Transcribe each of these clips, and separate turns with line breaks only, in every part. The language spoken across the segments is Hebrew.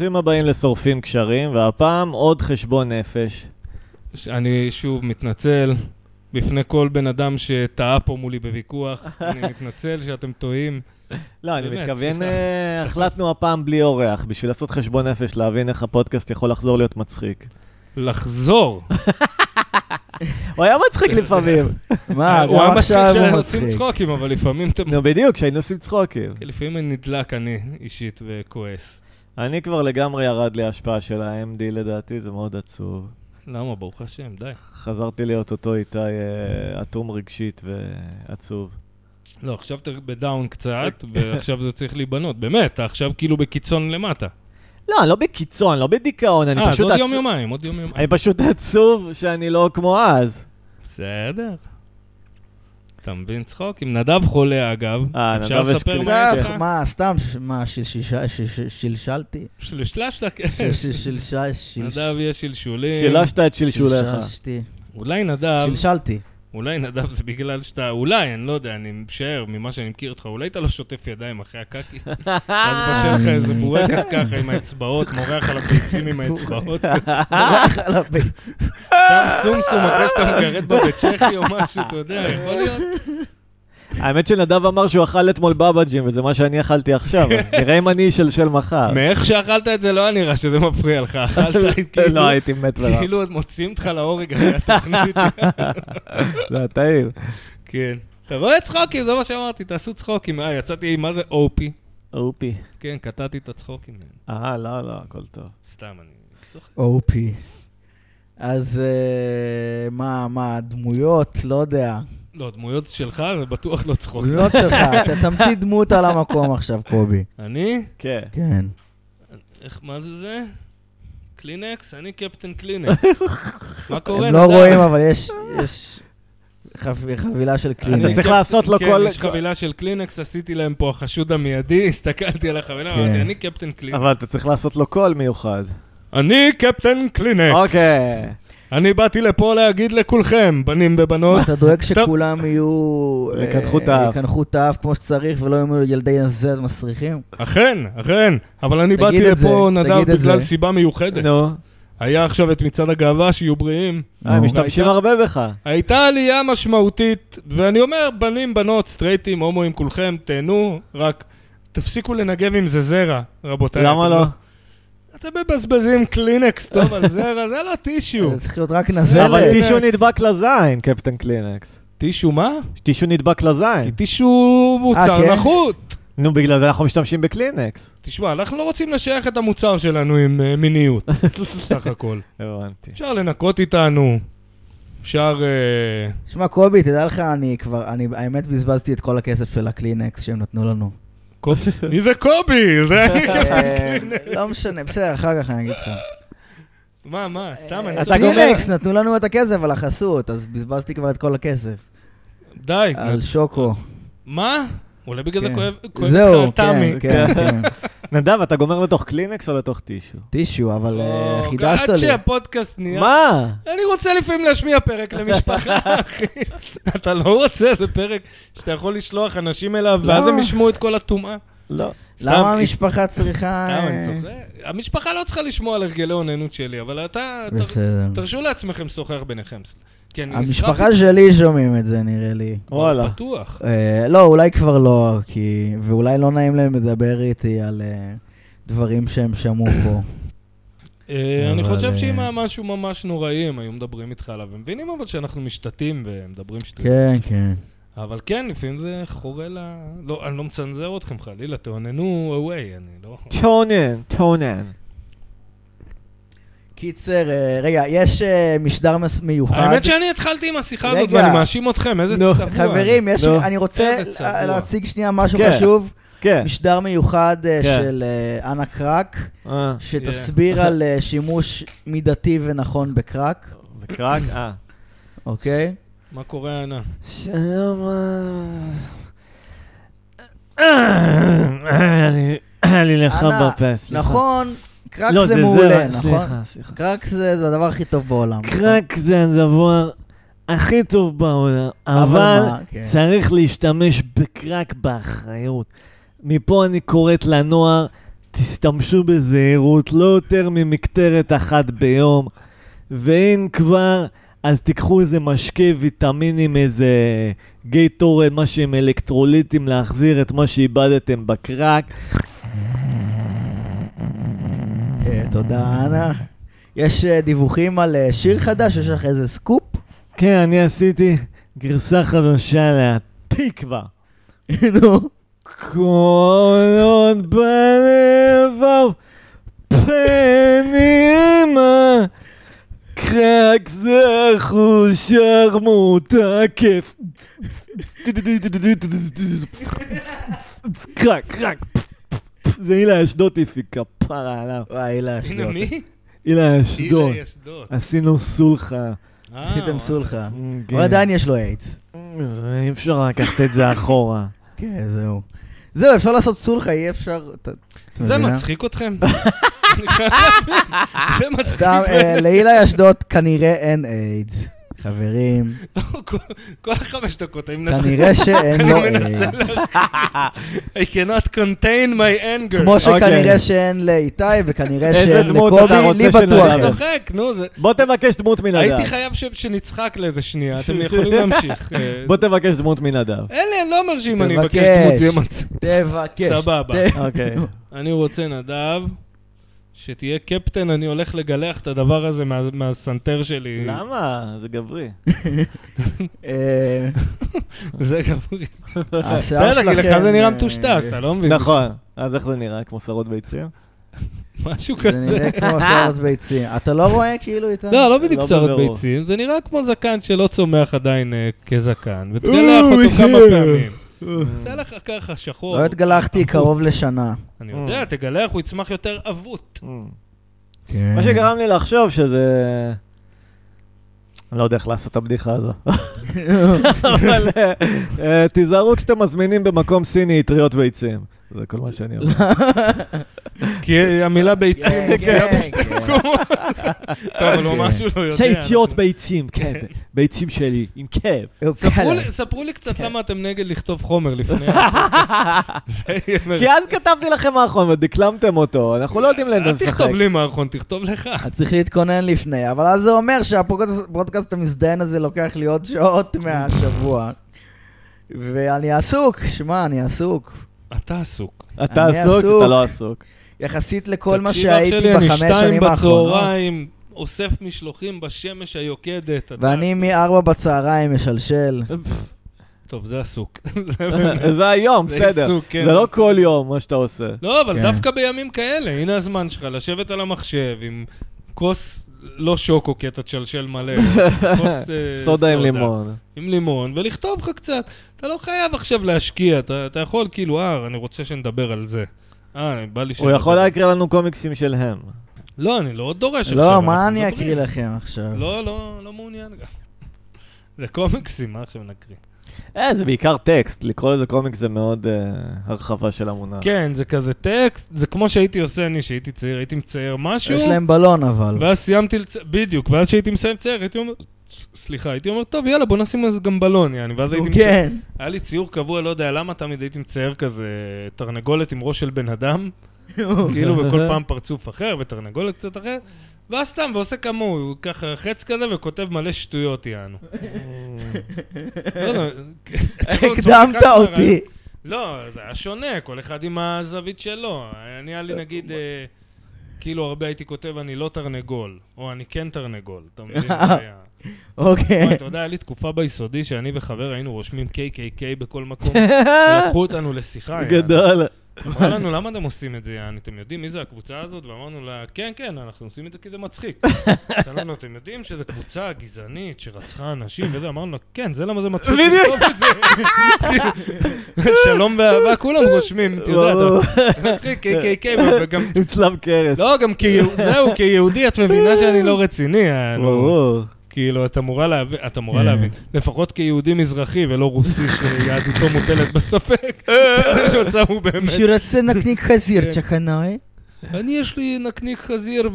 ברוכים הבאים לשורפים קשרים, והפעם עוד חשבון נפש.
ש- אני שוב מתנצל בפני כל בן אדם שטעה פה מולי בוויכוח. אני מתנצל שאתם טועים.
לא, אני
באמת,
מתכוון,
סליחה.
אה, החלטנו הפעם בלי אורח, בשביל לעשות חשבון נפש, להבין איך הפודקאסט יכול לחזור להיות מצחיק.
לחזור.
הוא היה מצחיק לפעמים. אה,
מה,
אה, הוא היה
גם
מצחיק
עכשיו
כשאנחנו
הוא
עושים
מצחיק.
צחוקים, אבל לפעמים אתם...
נו, בדיוק, כשהיינו עושים צחוקים.
לפעמים אני נדלק, אני אישית, וכועס.
אני כבר לגמרי ירד לי ההשפעה של ה-MD לדעתי, זה מאוד עצוב.
למה? ברוך השם, די.
חזרתי להיות אותו איתי אה, אטום רגשית ועצוב.
לא, עכשיו אתה בדאון קצת, ועכשיו זה צריך להיבנות. באמת, אתה עכשיו כאילו בקיצון למטה.
לא, אני לא בקיצון, לא בדיכאון, אני
אה, אז
פשוט
עוד יום
עצוב.
יומיים, עוד יום יומיים.
אני פשוט עצוב שאני לא כמו אז.
בסדר. אתה מבין צחוק? אם נדב חולה, אגב,
אה,
אפשר
נדב יש אה,
לספר
קריצה.
מה יש
צח,
לך?
מה, סתם, ש- מה, של- שישה- ש- ש- שלשלתי?
שלשלש
של-
לכס.
של- שלשה- של-
נדב יש שלשולים.
שילשת את שלשוליך.
שלשלשתי.
אולי נדב,
שלשלתי.
אולי נדב זה בגלל שאתה, אולי, אני לא יודע, אני משער ממה שאני מכיר אותך, אולי אתה לא שוטף ידיים אחרי הקקי, אז בשל לך איזה בורקס ככה עם האצבעות, מורח על הביצים עם האצבעות, אה.
ברח על הביצים.
שם סומסום אחרי שאתה מגרד בה בצ'כי או משהו, אתה יודע, יכול להיות.
האמת שנדב אמר שהוא אכל אתמול בבג'ים, וזה מה שאני אכלתי עכשיו, אז נראה אם אני אשלשל מחר.
מאיך שאכלת את זה לא היה נראה שזה מפריע לך, אכלת כאילו,
לא, הייתי מת ורע.
כאילו עוד מוציאים אותך להורג אחרי התוכנית.
זה היה לא, טעים.
כן. אתה רואה צחוקים, זה מה שאמרתי, תעשו צחוקים. אה, יצאתי, מה זה אופי?
אופי.
כן, קטעתי את הצחוקים.
אה, לא, לא, הכל טוב.
סתם, אני צוחק.
אופי. אז אה, מה, מה, דמויות? לא יודע.
לא, דמויות שלך זה בטוח לא צחוק.
דמויות שלך, אתה תמציא דמות על המקום עכשיו, קובי.
אני?
כן.
כן.
איך, מה זה זה? קלינקס? אני קפטן קלינקס. מה קורה?
הם לא
נדב?
רואים, אבל יש- יש חב- חבילה של
אתה
קלינקס.
צריך לעשות
לא
לו
כן,
כל...
יש חבילה של קלינקס, עשיתי להם פה החשוד המיידי, הסתכלתי על החבילה, אמרתי,
כן.
אני קפטן קלינקס.
אבל אתה צריך לעשות לו קול מיוחד.
אני קפטן קלינקס.
אוקיי.
אני באתי לפה להגיד לכולכם, בנים ובנות,
אתה דואג
נכון. טוב.
שכולם יהיו... אה,
יקנחו את האף.
יקנחו את האף כמו שצריך, ולא יהיו ילדי עזז מסריחים.
אכן, אכן, אבל אני
תגיד
באתי
את זה,
לפה,
תגיד
נדב,
את
בגלל
זה.
סיבה מיוחדת.
נו.
היה עכשיו את מצעד הגאווה, שיהיו בריאים.
אה, הם משתמשים
והייתה-
הרבה בך.
הייתה עלייה משמעותית, ואני אומר, בנים, בנות, סטרייטים, הומואים, כולכם, תהנו, רק תפסיקו לנגב עם זה זרע, רבותיי.
למה
אתם
לא?
אתם מבזבזים קלינקס טוב על זרע, זה לא טישו.
זה אה, לא- צריך להיות רק אה, נזלת.
אבל
קלינקס.
טישו נדבק לזין, קפטן קלינקס.
טישו מה?
טישו נדבק
כי
לזין.
טישו מוצר
כן. אה, כן?
נחות.
נו, בגלל זה אנחנו משתמשים בקלינקס.
תשמע, אנחנו לא רוצים לשייך את המוצר שלנו עם אה, מיניות, סך הכל.
הבנתי.
אפשר לנקות איתנו, אפשר... אה,
שמע, קובי, תדע לך, אני כבר, אני האמת בזבזתי את כל הכסף של הקלינקס שהם נתנו לנו.
קובי. מי זה קובי? זה אני
אה,
קפטן קלינקס.
לא משנה, בסדר, אחר כך אני אגיד לך.
מה, מה, סתם, אני
אה,
אתה גומר.
קלינקס נתנו לנו את הכסף על החסות, אז בזבזתי כבר את כל הכסף.
די.
על שוקו.
מה? אולי בגלל זה
כן.
אה, כואב כואב לך על
זהו,
תמי.
כן, כן, כן.
נדב, אתה גומר לתוך קלינקס או לתוך טישו?
טישו, אבל אה,
או,
חידשת
לא, עד
לי.
שהפודקאסט נהיה...
מה?
אני רוצה לפעמים להשמיע פרק למשפחה, אחי. אתה לא רוצה, זה פרק שאתה יכול לשלוח אנשים אליו, ואז
לא.
הם ישמעו את כל הטומאה.
לא.
סתם,
למה
היא-
המשפחה צריכה...
סתם, אני
אה,
צוחק. המשפחה לא צריכה לשמוע על הרגלי אוננות שלי, אבל אתה... תר-
בסדר.
תרשו לעצמכם לשוחח ביניכם. כי אני נסחף
המשפחה שלי שומעים את זה, נראה לי.
וואלה.
בטוח.
אה, לא, אולי כבר לא, כי... ואולי לא נעים להם לדבר איתי על אה, דברים שהם שמעו פה.
אה, אני
אבל,
חושב
אה,
שאם היה משהו ממש נוראי, הם היו מדברים איתך עליו. הם מבינים אבל שאנחנו משתתים ומדברים שטויות.
כן, כן.
אבל כן, לפעמים זה חורה ל... לא, אני לא מצנזר אתכם חלילה, תאוננו away, אני לא...
טונן, טונן.
קיצר, אה, רגע, יש אה, משדר מס- מיוחד.
האמת שאני התחלתי עם השיחה הזאת
רגע.
ואני מאשים אתכם, איזה
נו,
צבוע.
חברים, יש-
נו.
אני רוצה
איזה צבוע.
לה- להציג שנייה משהו
לא. כן.
חשוב.
כן.
משדר מיוחד אה,
כן.
של אה, אנה קרק,
אה,
כן.
שתסביר על אה, שימוש מידתי ונכון בקרק,
בקרק? אה.
אוקיי?
מה קורה, ענה?
שלום. אה, היה לי לחם
אנא,
בפה, סליחה.
נכון, קרק
לא,
זה
זרע,
מעולה, נכון?
סליחה, סליחה.
קרק זה זה הדבר הכי טוב בעולם.
קרק זה הדבר הכי טוב בעולם, אבל
מה, כן.
צריך להשתמש בקרק באחריות. מפה אני קוראת לנוער, תשתמשו בזהירות, לא יותר ממקטרת אחת ביום, ואם כבר, אז תיקחו איזה משקה ויטמינים, איזה גייטור, מה שהם אלקטרוליטים, להחזיר את מה שאיבדתם בקרק.
אה, תודה, אנה. יש אה, דיווחים על אה, שיר חדש? יש לך איזה סקופ?
כן, אני עשיתי גרסה חדשה לתקווה.
נו.
כל עוד בלבב פנימה קרק זה חוש מותקף קרק, קרק זה הילה אשדוטי פיקה פרה עליו
וואי, הילה
הנה
אשדוד.
מי?
הילה אשדוד
הילה אשדוד.
עשינו סולחה
אה,
עשיתם סולחה.
כן.
אוקיי. אבל עדיין יש לו איידס.
אי אפשר לקחת את זה אחורה
כן, זהו. זהו, אפשר לעשות סולחה, אי אפשר... אתה- אתה
זה
מבינה?
מצחיק אתכם? זה מצחיק.
סתם, אה, להילה אשדוד כנראה אין איידס. חברים,
כל- כל חמש דקות, אני מנסה...
כנראה לא, אה, שאין
אני
לו
מנסה
איידס.
לה... I cannot contain my anger.
כמו
אוקיי.
שכנראה שאין לאיתי וכנראה
איזה
שאין
דמות
לקובי,
אתה
לי
רוצה
בטוח.
שנדבר?
אין.
צוחק, נו, זה...
בוא תבקש דמות מנדב
הייתי חייב ש- שנצחק לאיזה שנייה, אתם יכולים להמשיך. אה,
בוא תבקש דמות מנדב
אין לי, אני לא אומר שאם אני
תבקש.
אבקש דמות זה יהיה מצב.
תבקש.
סבבה.
ת-
אוקיי
אני רוצה, נדב, שתהיה קפטן, אני הולך לגלח את הדבר הזה מה- מהסנטר שלי.
למה? זה גברי.
אה,
זה גבוה.
השיער
בסדר, כי לך
שלכם,
זה נראה
אה,
מטושטש, אתה לא מבין?
נכון. אז איך זה נראה? כמו שרות ביצים?
משהו
זה
כזה.
נראה כמו שערות ביצים. אתה לא רואה כאילו איתי?
לא, לא בדיוק
לא
שערות
בבירור.
ביצים, זה נראה כמו זקן שלא צומח עדיין אה, כזקן, ותגלח אותו כמה פעמים. יצא לך ככה שחור.
לא התגלחתי קרוב לשנה.
אני יודע, תגלח, הוא יצמח יותר אבוט.
Mm. מה שגרם לי לחשוב שזה... אני לא יודע איך לעשות את הבדיחה הזו. אבל אה, אה, תיזהרו כשאתם מזמינים במקום סיני אטריות ביצים. זה כל מה שאני אומר.
כי המילה ביצים
כן,
מופיעה
כן,
בשתי
כן.
מקומות. טוב, אבל הוא
כן.
משהו לא יודע.
זה יציאות
אנחנו-
ביצים, כן, ביצים שלי, עם כאב.
ספרו לי- ספרו לי
כן.
קצת למה אתם נגד לכתוב חומר לפני... זה יהיה מרתק.
כי אז כתבתי לכם מערכון ודקלמתם אותו, אנחנו לא יודעים לאן
אל
לשחק.
תכתוב לי מערכון, תכתוב לך.
אז צריך להתכונן לפני, אבל אז זה אומר שהפודקאסט המזדיין הזה לוקח לי עוד שעות מהשבוע. ואני עסוק, שמע, אני עסוק.
אתה עסוק.
אתה
אני
עסוק, אתה
עסוק.
לא עסוק.
יחסית לכל מה
תקשיב, אח
שהייתי
שלי,
בחמש
אני שתיים
שנים האחרונות.
בצהריים, אוסף משלוחים בשמש היוקדת. אתה
ואני
עסוק.
מארבע בצהריים
לא,
משלשל.
טוב, זה עסוק. זה באמת-
זה היום,
זה
בסדר.
עיסוק, כן,
זה לא
עיסוק.
כל יום מה שאתה עושה.
לא, אבל
כן.
דווקא בימים כאלה, הנה הזמן שלך לשבת על המחשב עם כוס, לא שוקו, כי אתה תשלשל מלא, כוס אה,
סודה עם לימון.
עם לימון, ולכתוב לך קצת. אתה לא חייב עכשיו להשקיע, אתה אתה יכול כאילו, אה, אני רוצה שנדבר על זה. אה, בא לי ש...
הוא יכול להקריא לנו קומיקסים של הם.
לא, אני לא דורש עכשיו.
לא,
אנחנו
מה אני
מדברים.
אקריא לכם עכשיו?
לא, לא, לא מעוניין גם. זה קומיקסים, מה עכשיו נקריא?
אה, זה בעיקר טקסט, לקרוא לזה קומיקס זה מאוד אה, הרחבה של המונח.
כן, זה כזה טקסט, זה כמו שהייתי עושה אני, שהייתי צעיר, הייתי מצייר משהו,
יש להם בלון אבל.
ואז סיימתי לצייר, בדיוק, ואז שהייתי מסיים לצייר, הייתי אומר, ס- סליחה, הייתי אומר, טוב, יאללה, בוא נשים לזה גם בלון, יעני, ואז הייתי מצייר,
כן.
היה לי ציור קבוע, לא יודע למה תמיד הייתי מצייר כזה תרנגולת עם ראש של בן אדם, כאילו בכל פעם פרצוף אחר ותרנגולת קצת אחרת, ואז סתם, ועושה כמוהו, ככה חץ כזה וכותב מלא שטויות, יענו. לא יודע,
הקדמת אותי.
לא, זה היה שונה, כל אחד עם הזווית שלו. אני היה לי נגיד, אה, כאילו הרבה הייתי כותב, אני לא תרנגול, או אני כן תרנגול, אתה מבין? זה היה. וואי,
אוקיי.
אתה יודע, היה לי תקופה ביסודי שאני וחבר היינו רושמים KKK בכל מקום, ולקחו אותנו לשיחה. יעני.
גדול.
אמרו לנו, למה אתם עושים את זה, יעני? אתם יודעים מי זה הקבוצה הזאת? ואמרנו לה, כן, כן, אנחנו עושים את זה כי זה מצחיק. אז אמרנו, אתם יודעים שזו קבוצה גזענית שרצחה אנשים וזה? אמרנו לה, כן, זה למה זה מצחיק
בדיוק.
לכתוב את זה. שלום ואהבה, כולם רושמים, אתה יודע, אתה מצחיק, כן, KKK, וגם...
עם צלב קרס.
לא, גם כיהודי, זהו, כיהודי את מבינה שאני לא רציני, יענו.
ברור.
כאילו, את אמורה להבין, את אמורה
כן.
להבין, לפחות כיהודי מזרחי ולא רוסי שיהדותו
אה.
מוטלת בספק, זה שהוצאנו באמת
כן. שרצה נקניק חזיר צ'קנאי.
אני יש לי נקניק חזיר,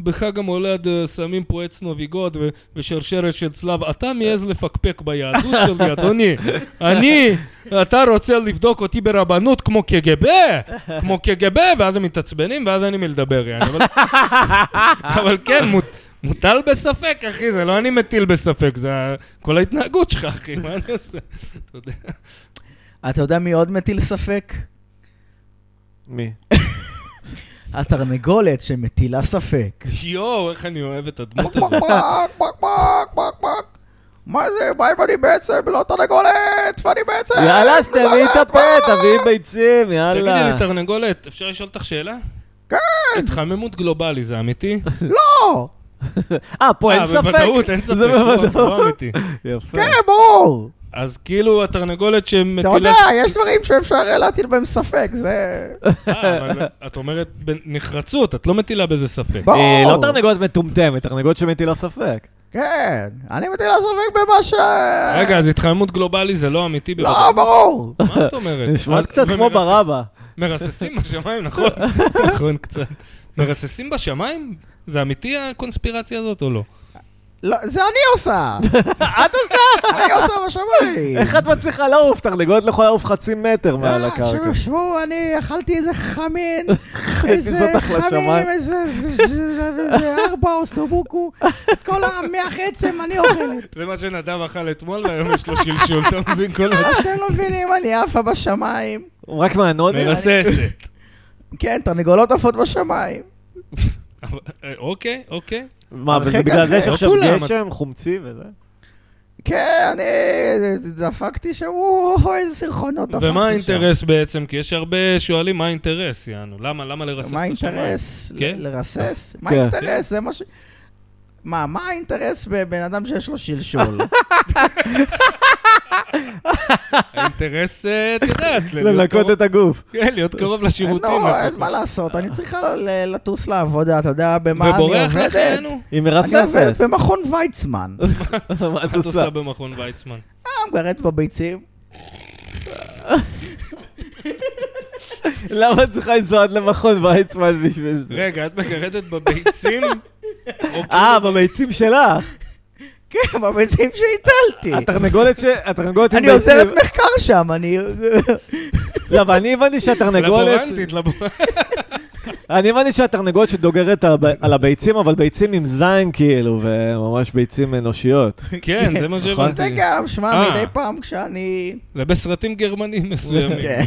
ובחג המולד אה, שמים פה עץ נוביגוד ו- ושרשרת של צלב. אתה מעז לפקפק ביהדות שלי, אדוני. אני, אתה רוצה לבדוק אותי ברבנות כמו קג"ב, כמו קג"ב, ואז הם מתעצבנים, ואז אין עם מי לדבר, יעני. אבל- אבל כן, מות- מוטל בספק, אחי, זה לא אני מטיל בספק, זה ה- כל ההתנהגות שלך, אחי, מה אני עושה? אתה יודע.
אתה יודע מי עוד מטיל ספק?
מי?
התרנגולת שמטילה ספק.
יואו, איך אני אוהב את הדמות הזאת.
מה זה, מה אם אני בעצם לא תרנגולת, ואני בעצם... לא,
יאללה, אז תביאי את הפה, תביאי ביצים,
תגידי לי,
יאללה.
תרנגולת, אפשר לשאול אותך שאלה?
כן.
התחממות גלובלי, זה אמיתי?
לא!
אה, פה אין
אה,
ספק.
בוודאות, אין ספק,
זה
לא, זה
בוודאות.
לא אמיתי.
יפה.
כן, ברור!
אז כאילו התרנגולת
אתה
שמטילה...
יודע, יש דברים שאפשר אה, להטיל בהם ספק, זה...
אה, אבל את אומרת בנחרצות, את לא מטילה בזה ספק.
ברור.
אה, לא תרנגולת מטומטמת, תרנגולת שמטילה ספק.
כן, אני מטילה ספק במה ש...
רגע, אז התחממות גלובלי זה לא אמיתי
לא,
בוודאות.
ברור!
מה את אומרת?
נשמעת
את-
קצת כמו
ומרסס-
ברבא.
מרססים בשמיים, נכון? נכון, קצת. מרססים בשמיים? זה אמיתי הקונספירציה הזאת או לא?
לא, זה אני עושה!
את עושה?
אני עושה בשמיים!
איך את מצליחה לעוף? תרנגולת לא יכולה לעוף חצי מטר מעל
אה,
הקרקע.
שבו, שבו, אני אכלתי איזה חמין,
חצי
איזה
זאת אחלה שמיים.
חמין, איזה זה- זה- זה- זה ארבע או סובוקו, את כל המח עצם אני אוכלת.
זה מה שנדב אכל אתמול, והיום יש לו שלשול, אתה מבין? כל הזמן.
אתם לא מבינים, אני עפה בשמיים.
הוא רק מהנודים?
מרססת.
כן, תרנגולות עפות בשמיים.
אבל- אה, אוקיי, אוקיי.
מה,
אבל כן,
וזה
רגע,
בגלל
אחי,
זה יש
לא
עכשיו
כולם.
גשם, חומצי וזה?
כן, אני דפקתי שם, או, איזה סרחונות דפקתי שם.
ומה האינטרס בעצם? כי יש הרבה שואלים מה האינטרס, יענו. למה, למה לרסס את
מה
השמיים?
האינטרס? ל-
כן?
לרסס? מה
כן.
האינטרס? זה מה ש... מה, מה האינטרס בבן אדם שיש לו שלשול?
האינטרס, אה, את יודעת, להיות
לנקות
קרוב-
את הגוף.
כן, להיות קרוב לשירותים.
לא,
לפחות.
אין מה לעשות, אני צריכה ל- לטוס לעבודה, אתה יודע במה אני עובדת?
אה. ובורח לך, יענו?
היא
אני עובדת
מרססת.
במכון ויצמן.
מה
מה את עושה במכון ויצמן?
אה, מגרד בביצים.
למה את צריכה לנסוע עד למכון ויצמן בשביל זה?
רגע, את מגרדת בביצים? אוקיי, או
אה, בביצים שלך.
כן, בביצים שהטלתי.
התרנגולת ש... התרנגולת עם
אני
ביצים.
עוזרת מחקר שם, אני...
לא, אבל אני הבנתי שהתרנגולת...
לבורנטית, לבורנטית.
אני הבנתי שהתרנגולת שדוגרת על הב- על הביצים, אבל ביצים עם זין כאילו, וממש ביצים אנושיות.
כן, זה מה
נכון.
זה
שהבנתי.
גם, שמע,
אה.
מדי פעם כשאני...
זה בסרטים גרמנים מסוימים.
כן.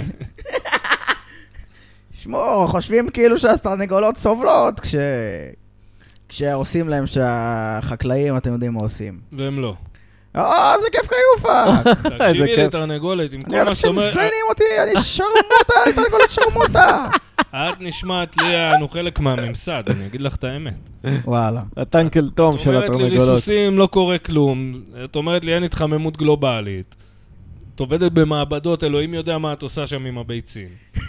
שמעו, חושבים כאילו שהתרנגולות סובלות כש... כשעושים להם שהחקלאים, אתם יודעים מה עושים.
והם לא.
אה, איזה כיף חיופה!
איזה
תקשיבי
כיף.
לתרנגולת, עם
כן. אני
כל
אוהב
מה שאת
שהם
אומרת,
זיינים אותי, אני שרמוטה, אני תרנגולת שרמוטה!
את נשמעת לי, אנו חלק מהממסד, אני אגיד לך את האמת.
וואלה.
הטנקל תום
את
של
אומרת לי
התרנגולות.
ריסוסים, לא קורה כלום. את אומרת לי אין התחממות גלובלית. את עובדת במעבדות, אלוהים יודע מה את עושה שם עם הביצים.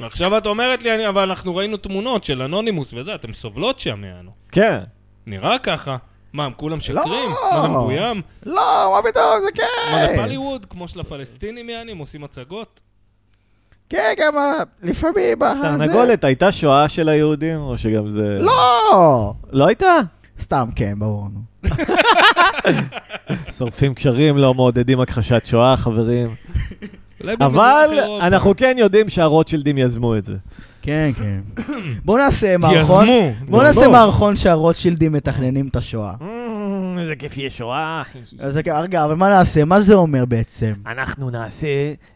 ועכשיו את אומרת לי, אני, אבל אנחנו ראינו תמונות של אנונימוס וזה, אתם סובלות שם, יענו.
כן.
אה,
נראה ככה. מה, הם כולם שקרים?
לא.
מה, זה מבוים?
לא, מה פתאום,
מה,
זה
זה
כיף!
פליווד? כמו של הפלסטינים, יעני, הם עושים הצגות?
כן, גם ה- לפעמים... ה-
תרנגולת, הייתה שואה של היהודים, או שגם זה...
זה- לא!
לא הייתה?
סתם כן, ברור. נו.
שורפים קשרים, לא מעודדים הכחשת שואה, חברים.
אולי במדינות
אבל
אחרות. אה.
אנחנו כן יודעים שהרוטשילדים יזמו את זה.
כן, כן. בואו נעשה מערכון.
יזמו.
בואו נעשה
יזמו.
מערכון שהרוטשילדים מתכננים את השואה.
"Mm, איזה כיף יהיה שואה.
אז רגע, רגע, אבל מה נעשה? מה זה אומר בעצם?
אנחנו נעשה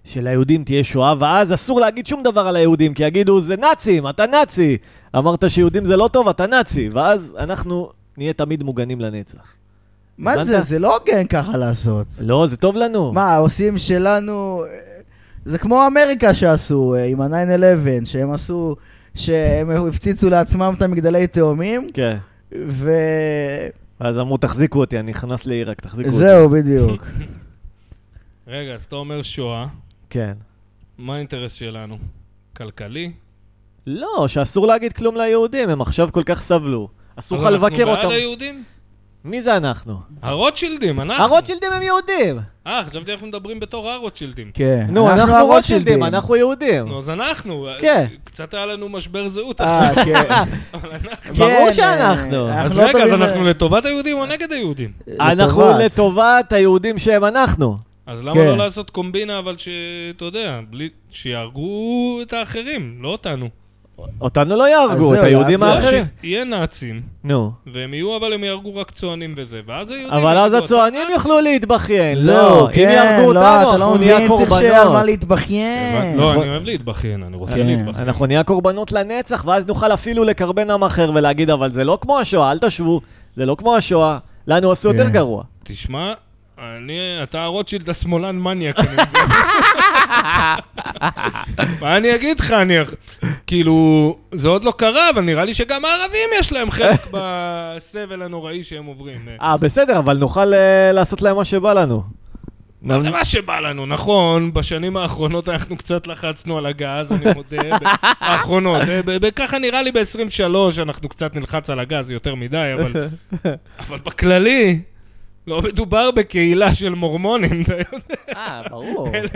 שליהודים תהיה שואה, ואז אסור להגיד שום דבר על היהודים, כי יגידו, זה נאצים, אתה נאצי. אמרת שיהודים זה לא טוב, אתה נאצי. ואז אנחנו נהיה תמיד מוגנים לנצח.
מה
הבנת?
זה? זה לא הוגן ככה לעשות.
לא, זה טוב לנו.
מה, עושים שלנו... אה, זה כמו אמריקה שעשו אה, עם ה-9-11, שהם עשו... שהם הפציצו לעצמם את המגדלי תאומים,
כן.
וזהו
אז אמרו, תחזיקו אותי, אני נכנס לעיראק, תחזיקו אותי.
בדיוק.
רגע, אז אתה אומר שואה,
כן.
מה האינטרס שלנו? כלכלי?
לא, שאסור להגיד כלום ליהודים, הם עכשיו כל כך סבלו. אסור לך לבקר
אז אנחנו
אותם.
בעד היהודים?
מי זה אנחנו?
הרוטשילדים, אנחנו.
הרוטשילדים הם יהודים.
אה, חשבתי אנחנו מדברים בתור הרוטשילדים.
כן.
נו, אנחנו
הרוטשילדים.
הרוטשילדים, אנחנו יהודים.
נו, אז אנחנו. אה,
כן.
קצת היה לנו משבר זהות.
אה, כן.
אבל אנחנו-
ברור
כן,
שאנחנו.
אה,
אז
לא
רגע, אז
טובים
אנחנו
ב-
לטובת היהודים או נגד היהודים?
אנחנו
לטובת.
לטובת היהודים שהם אנחנו.
אז למה
כן.
לא לעשות קומבינה, אבל שאתה יודע, בלי- שיהרגו את האחרים, לא אותנו.
אותנו לא יהרגו,
אז
את
זהו,
היהודים
אז-
לא,
האחרים.
שיהיה נאצים,
נו.
והם יהיו, אבל הם יהרגו רק צוענים וזה, ואז היהודים...
אבל אז
יגידו,
הצוענים
"אתה
יוכלו להתבכיין.
זהו,
לא,
כן,
אם יהרגו
לא,
אותנו,
אתה לא
אנחנו
מבין,
נהיה
צריך שיהיה על מה
קורבנות.
להתבכיין.
לא,
נכון.
אני אוהב להתבכיין, אני רוצה
כן.
להתבכיין.
אנחנו נהיה קורבנות לנצח, ואז נוכל אפילו לקרבן עם אחר ולהגיד, אבל זה לא כמו השואה, אל תשוו, זה לא כמו השואה, לנו עשו יותר
כן.
גרוע.
תשמע, אני, אתה הרוטשילד השמאלן מניאק. אני מבין. מה אני אגיד לך, אני... כאילו, זה עוד לא קרה, אבל נראה לי שגם הערבים יש להם חלק בסבל הנוראי שהם עוברים.
אה, בסדר, אבל נוכל אה, לעשות להם מה שבא לנו.
זה מה שבא לנו, נכון, בשנים האחרונות אנחנו קצת לחצנו על הגז, אני מודה, ב- האחרונות. אה, ב- ב- ככה נראה לי ב-23 אנחנו קצת נלחץ על הגז יותר מדי, אבל... אבל בכללי, לא מדובר בקהילה של מורמונים, אתה יודע.
אה, ברור.
אלה-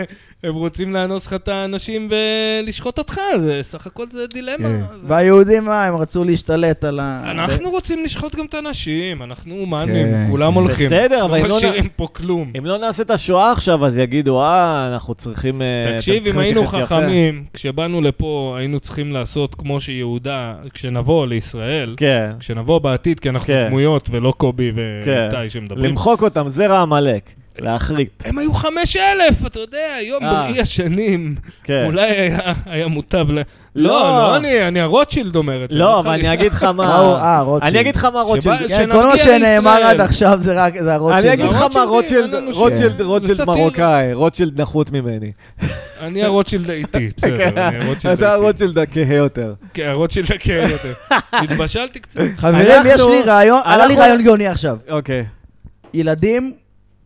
הם רוצים לאנוס לך את האנשים ולשחוט אותך, זה סך הכל זה דילמה.
כן.
זה-
והיהודים, מה, הם רצו להשתלט על ה...
אנחנו רוצים לשחוט גם את הנשים, אנחנו הומנים,
כן.
כולם הולכים.
בסדר, אבל אם
לא
לא נ-
משאירים פה כלום.
אם לא נעשה את השואה עכשיו, אז יגידו, אה, אנחנו צריכים... אה, אתם
תקשיב, אם
צריכים
היינו
להתייחס יפה."
חכמים, כשבאנו לפה היינו צריכים לעשות כמו שיהודה, כשנבוא לישראל,
כן,
כשנבוא בעתיד, כי אנחנו
כן.
דמויות ולא קובי
כן.
ואיתי שמדברים.
למחוק אותם, זרע עמלק, להחריט,
הם היו חמש אלף, אתה יודע, היום
אה.
בראי השנים,
כן.
אולי היה- היה מוטב ל...
לא.
לא, לא אני, אני הרוטשילד אומר את זה.
לא,
נכון? חלילה.
אבל אני אגיד לך
מה
מה...
הוא- אה, רוטשילד.
אני אגיד לך מה רוטשילד...
שבא-
כן, כל
שנרגיע
מה שנאמר
לישראל.
עד עכשיו זה רק, זה הרוטשילד. נכון?
אני אגיד לך מה
הרוטשילדים,
רוטשילד,
אין לנו שום-
רוטשילד,
כן.
רוטשילד
סאטירה.
מרוקאי, רוטשילד נחות ממני.
אני הרוטשילד האיטי, בסדר, אה, אני הרוטשילד האיטי.
כן. אתה הרוטשילד הכהה יותר.
כן, הרוטשילד הכהה יותר. התבשלתי קצת.
חברים,
אנחנו-
יש לי רעיון, עלה לי
אנחנו-
רעיון גאוני עכשיו.
אוקיי.
ילדים,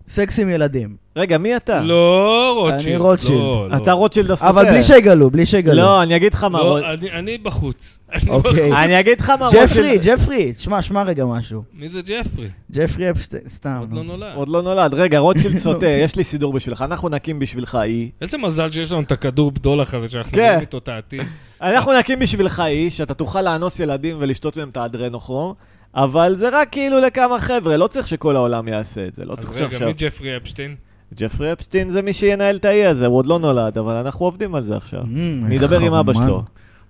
סקס עם ילדים.
רגע, מי אתה?
לא רוטשילד.
אני רוטשילד.
לא, לא.
אתה רוטשילד הסוטר.
אבל בלי שיגלו, בלי שיגלו.
לא, אני אגיד לך מה
לא, אה,
רוטשילד...
אני- אני בחוץ.
אוקיי.
אני אגיד לך מה רוטשילד...
ג'פרי, ג'פרי, שמע, שמע רגע משהו.
מי זה ג'פרי?
ג'פרי אפשטיין, סתם.
עוד
נו.
לא נולד.
אה, עוד לא נולד. רגע, רוטשילד סוטה, יש לי סידור בשבילך, אנחנו נקים בשבילך אי.
איזה מזל שיש לנו את הכדור בדולח הזה שאנחנו
כן.
רואים איתו את העתיד.
אנחנו נקים בשבילך אי, שאתה תוכל לאנוס ילדים ולשתות מהם את האדרנוכרום, אבל זה רק כאילו לכמה חבר'ה, לא צריך שכל העולם יעשה את זה, לא
אז
צריך
רגע, מי
שעכשיו...
ג'פרי אפשטיין?
ג'פרי אפשטיין זה מי שינהל את האי הזה, הוא עוד לא נולד, אבל אנחנו עובדים על זה עכשיו.
אמ,
אני אדבר עם אבא
חרמן.
שלו.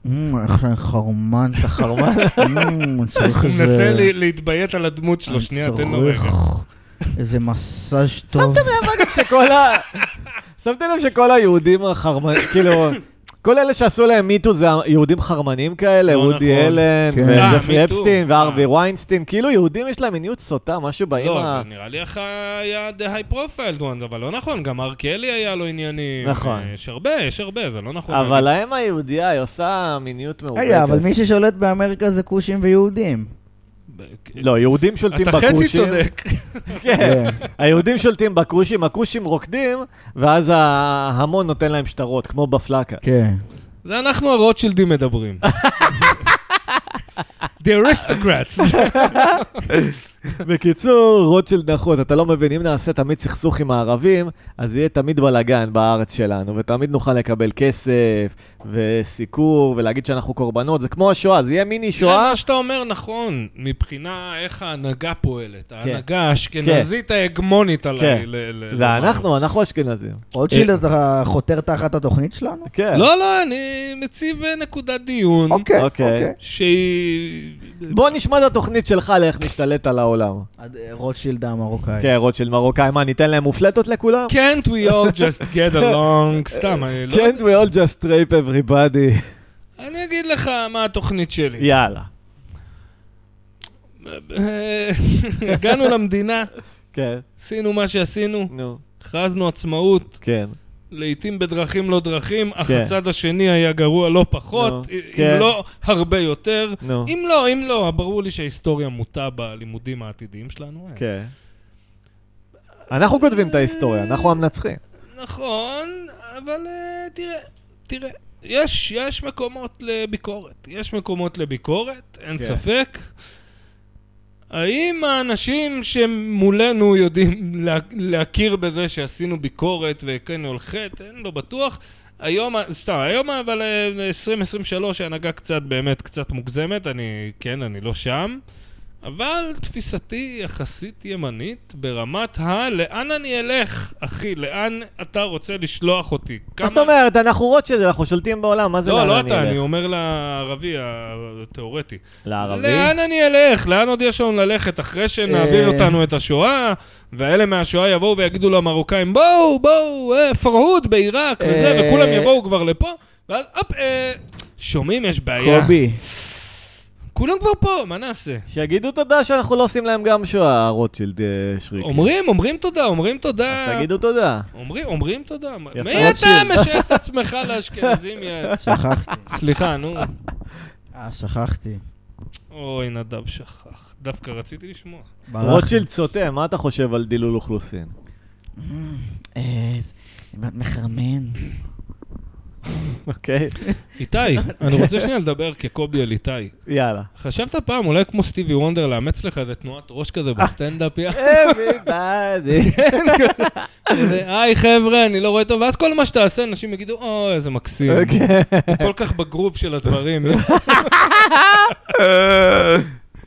אמ, איך שאני חרמן.
אתה חרמן?
אמ, צריך
הוא
איזה...
מנסה לי- להתביית על הדמות שלו,
אני
שנייה,
צריך
תן לו רגע.
איזה מסאז' טוב.
שכל ה... שמתם לב שכל היהודים החרמנים, כאילו, כל אלה שעשו להם מיטו זה יהודים חרמנים כאלה,
לא
וודי
נכון.
אלן,
כן.
אה,
וג'פרי
Me Too.
אפסטין, והרווי
אה.
ויינסטין, כאילו יהודים יש להם מיניות סוטה, משהו
לא,
באימא...
זה נראה לי איך היה the high profile one, אבל לא נכון, גם הר קלי היה לו עניינים.
נכון.
אה, יש הרבה, יש הרבה, זה לא נכון.
אבל האם היהודייה, היא עושה מיניות מעוותת.
רגע, אבל מי ששולט באמריקה זה כושים ויהודים.
לא, יהודים שולטים
אתה
בכושים.
חצי צודק.
כן, היהודים שולטים בכושים, הכושים רוקדים, ואז ההמון נותן להם שטרות, כמו בפלקה.
כן.
זה אנחנו הרוטשילדים מדברים. The aristocrats.
בקיצור, רוטשילד נכון, אתה לא מבין, אם נעשה תמיד סכסוך עם הערבים, אז יהיה תמיד בלאגן בארץ שלנו, ותמיד נוכל לקבל כסף, וסיקור, ולהגיד שאנחנו קורבנות, זה כמו השואה, זה יהיה מיני
שואה?
שואה.
מה שאתה אומר נכון, מבחינה איך ההנהגה פועלת. ההנהגה האשכנזית ההגמונית עליי.
כן.
ל- ל-
זה
לומר.
אנחנו, אנחנו אשכנזים.
רוטשילד,
אה,
אתה חותר תחת התוכנית שלנו?
כן.
לא, לא, אני מציב אה, נקודת דיון
אוקיי,
אוקיי.
אוקיי.
שהיא...
בוא נשמע את התוכנית שלך לאיך נשתלט על העולם.
עד, אה, רוטשילד המרוקאי.
כן, רוטשילד מרוקאי, מה, ניתן להם מופלטות לכולם?
Can't we all just get along? סתם, אני לא...
Can't we all just rape everybody?
אני אגיד לך מה התוכנית שלי.
יאללה.
אה, הגענו למדינה,
כן,
עשינו מה שעשינו,
נו,
הכרזנו עצמאות,
כן.
לעתים בדרכים לא דרכים, אך
כן.
הצד השני היה גרוע לא פחות,
נו,
אם
כן.
לא הרבה יותר.
נו.
אם לא, אם לא, ברור לי שההיסטוריה מוטה בלימודים העתידיים שלנו. אה.
כן. אנחנו כותבים את ההיסטוריה, אנחנו המנצחים.
נכון, אבל אה, תראה, תראה, יש, יש מקומות לביקורת. יש מקומות לביקורת, אין
כן.
ספק. האם האנשים שמולנו יודעים לה- להכיר בזה שעשינו ביקורת והכינו על חטא? אני לא בטוח. היום, ה- סתם, היום אבל אה, 2023 ההנהגה קצת באמת קצת מוגזמת, אני, כן, אני לא שם. אבל תפיסתי יחסית ימנית ברמת ה... לאן אני אלך, אחי? לאן אתה רוצה לשלוח אותי?
מה
כמה-
זאת אומרת, אנחנו רוטשילד, אנחנו שולטים בעולם, מה זה
לא,
לאן
לא
אני
אתה,
אלך?
אני אומר לערבי התיאורטי.
לערבי?
לאן אני אלך? לאן עוד יש לנו ללכת אחרי שנעביר
אה.
אותנו את השואה? והאלה מהשואה יבואו ויגידו למרוקאים, בואו, בואו, אה, פרהוד בעיראק וזה,
אה.
וכולם יבואו כבר לפה, ואז הופ, אה, שומעים, יש בעיה.
קובי.
כולם כבר פה, מה נעשה?
שיגידו תודה שאנחנו לא עושים להם גם שואה, רוטשילד אה, שריקי.
אומרים, אומרים תודה, אומרים תודה.
אז תגידו תודה.
אומרים, אומרים תודה.
יפה,
מי אתה
רוטשילד.
משייך את עצמך לאשכנזים? יא-
שכחתי.
סליחה, נו.
אה, שכחתי.
אוי, נדב שכח. דווקא רציתי לשמוע.
ברח.
רוטשילד סוטה, מה אתה חושב על דילול אוכלוסין?
אה, זה כמעט מחרמן.
אוקיי?
איתי, אני רוצה שנייה לדבר כקובי על איתי.
יאללה.
חשבת פעם, אולי כמו סטיבי וונדר, לאמץ לך איזה תנועת ראש כזה בסטנדאפ, יא?
Everybody.
כזה, היי חבר'ה, אני לא רואה טוב, ואז כל מה שתעשה, אנשים יגידו, אוי, איזה מקסים.
אוקיי.
הוא כל כך בגרופ של הדברים.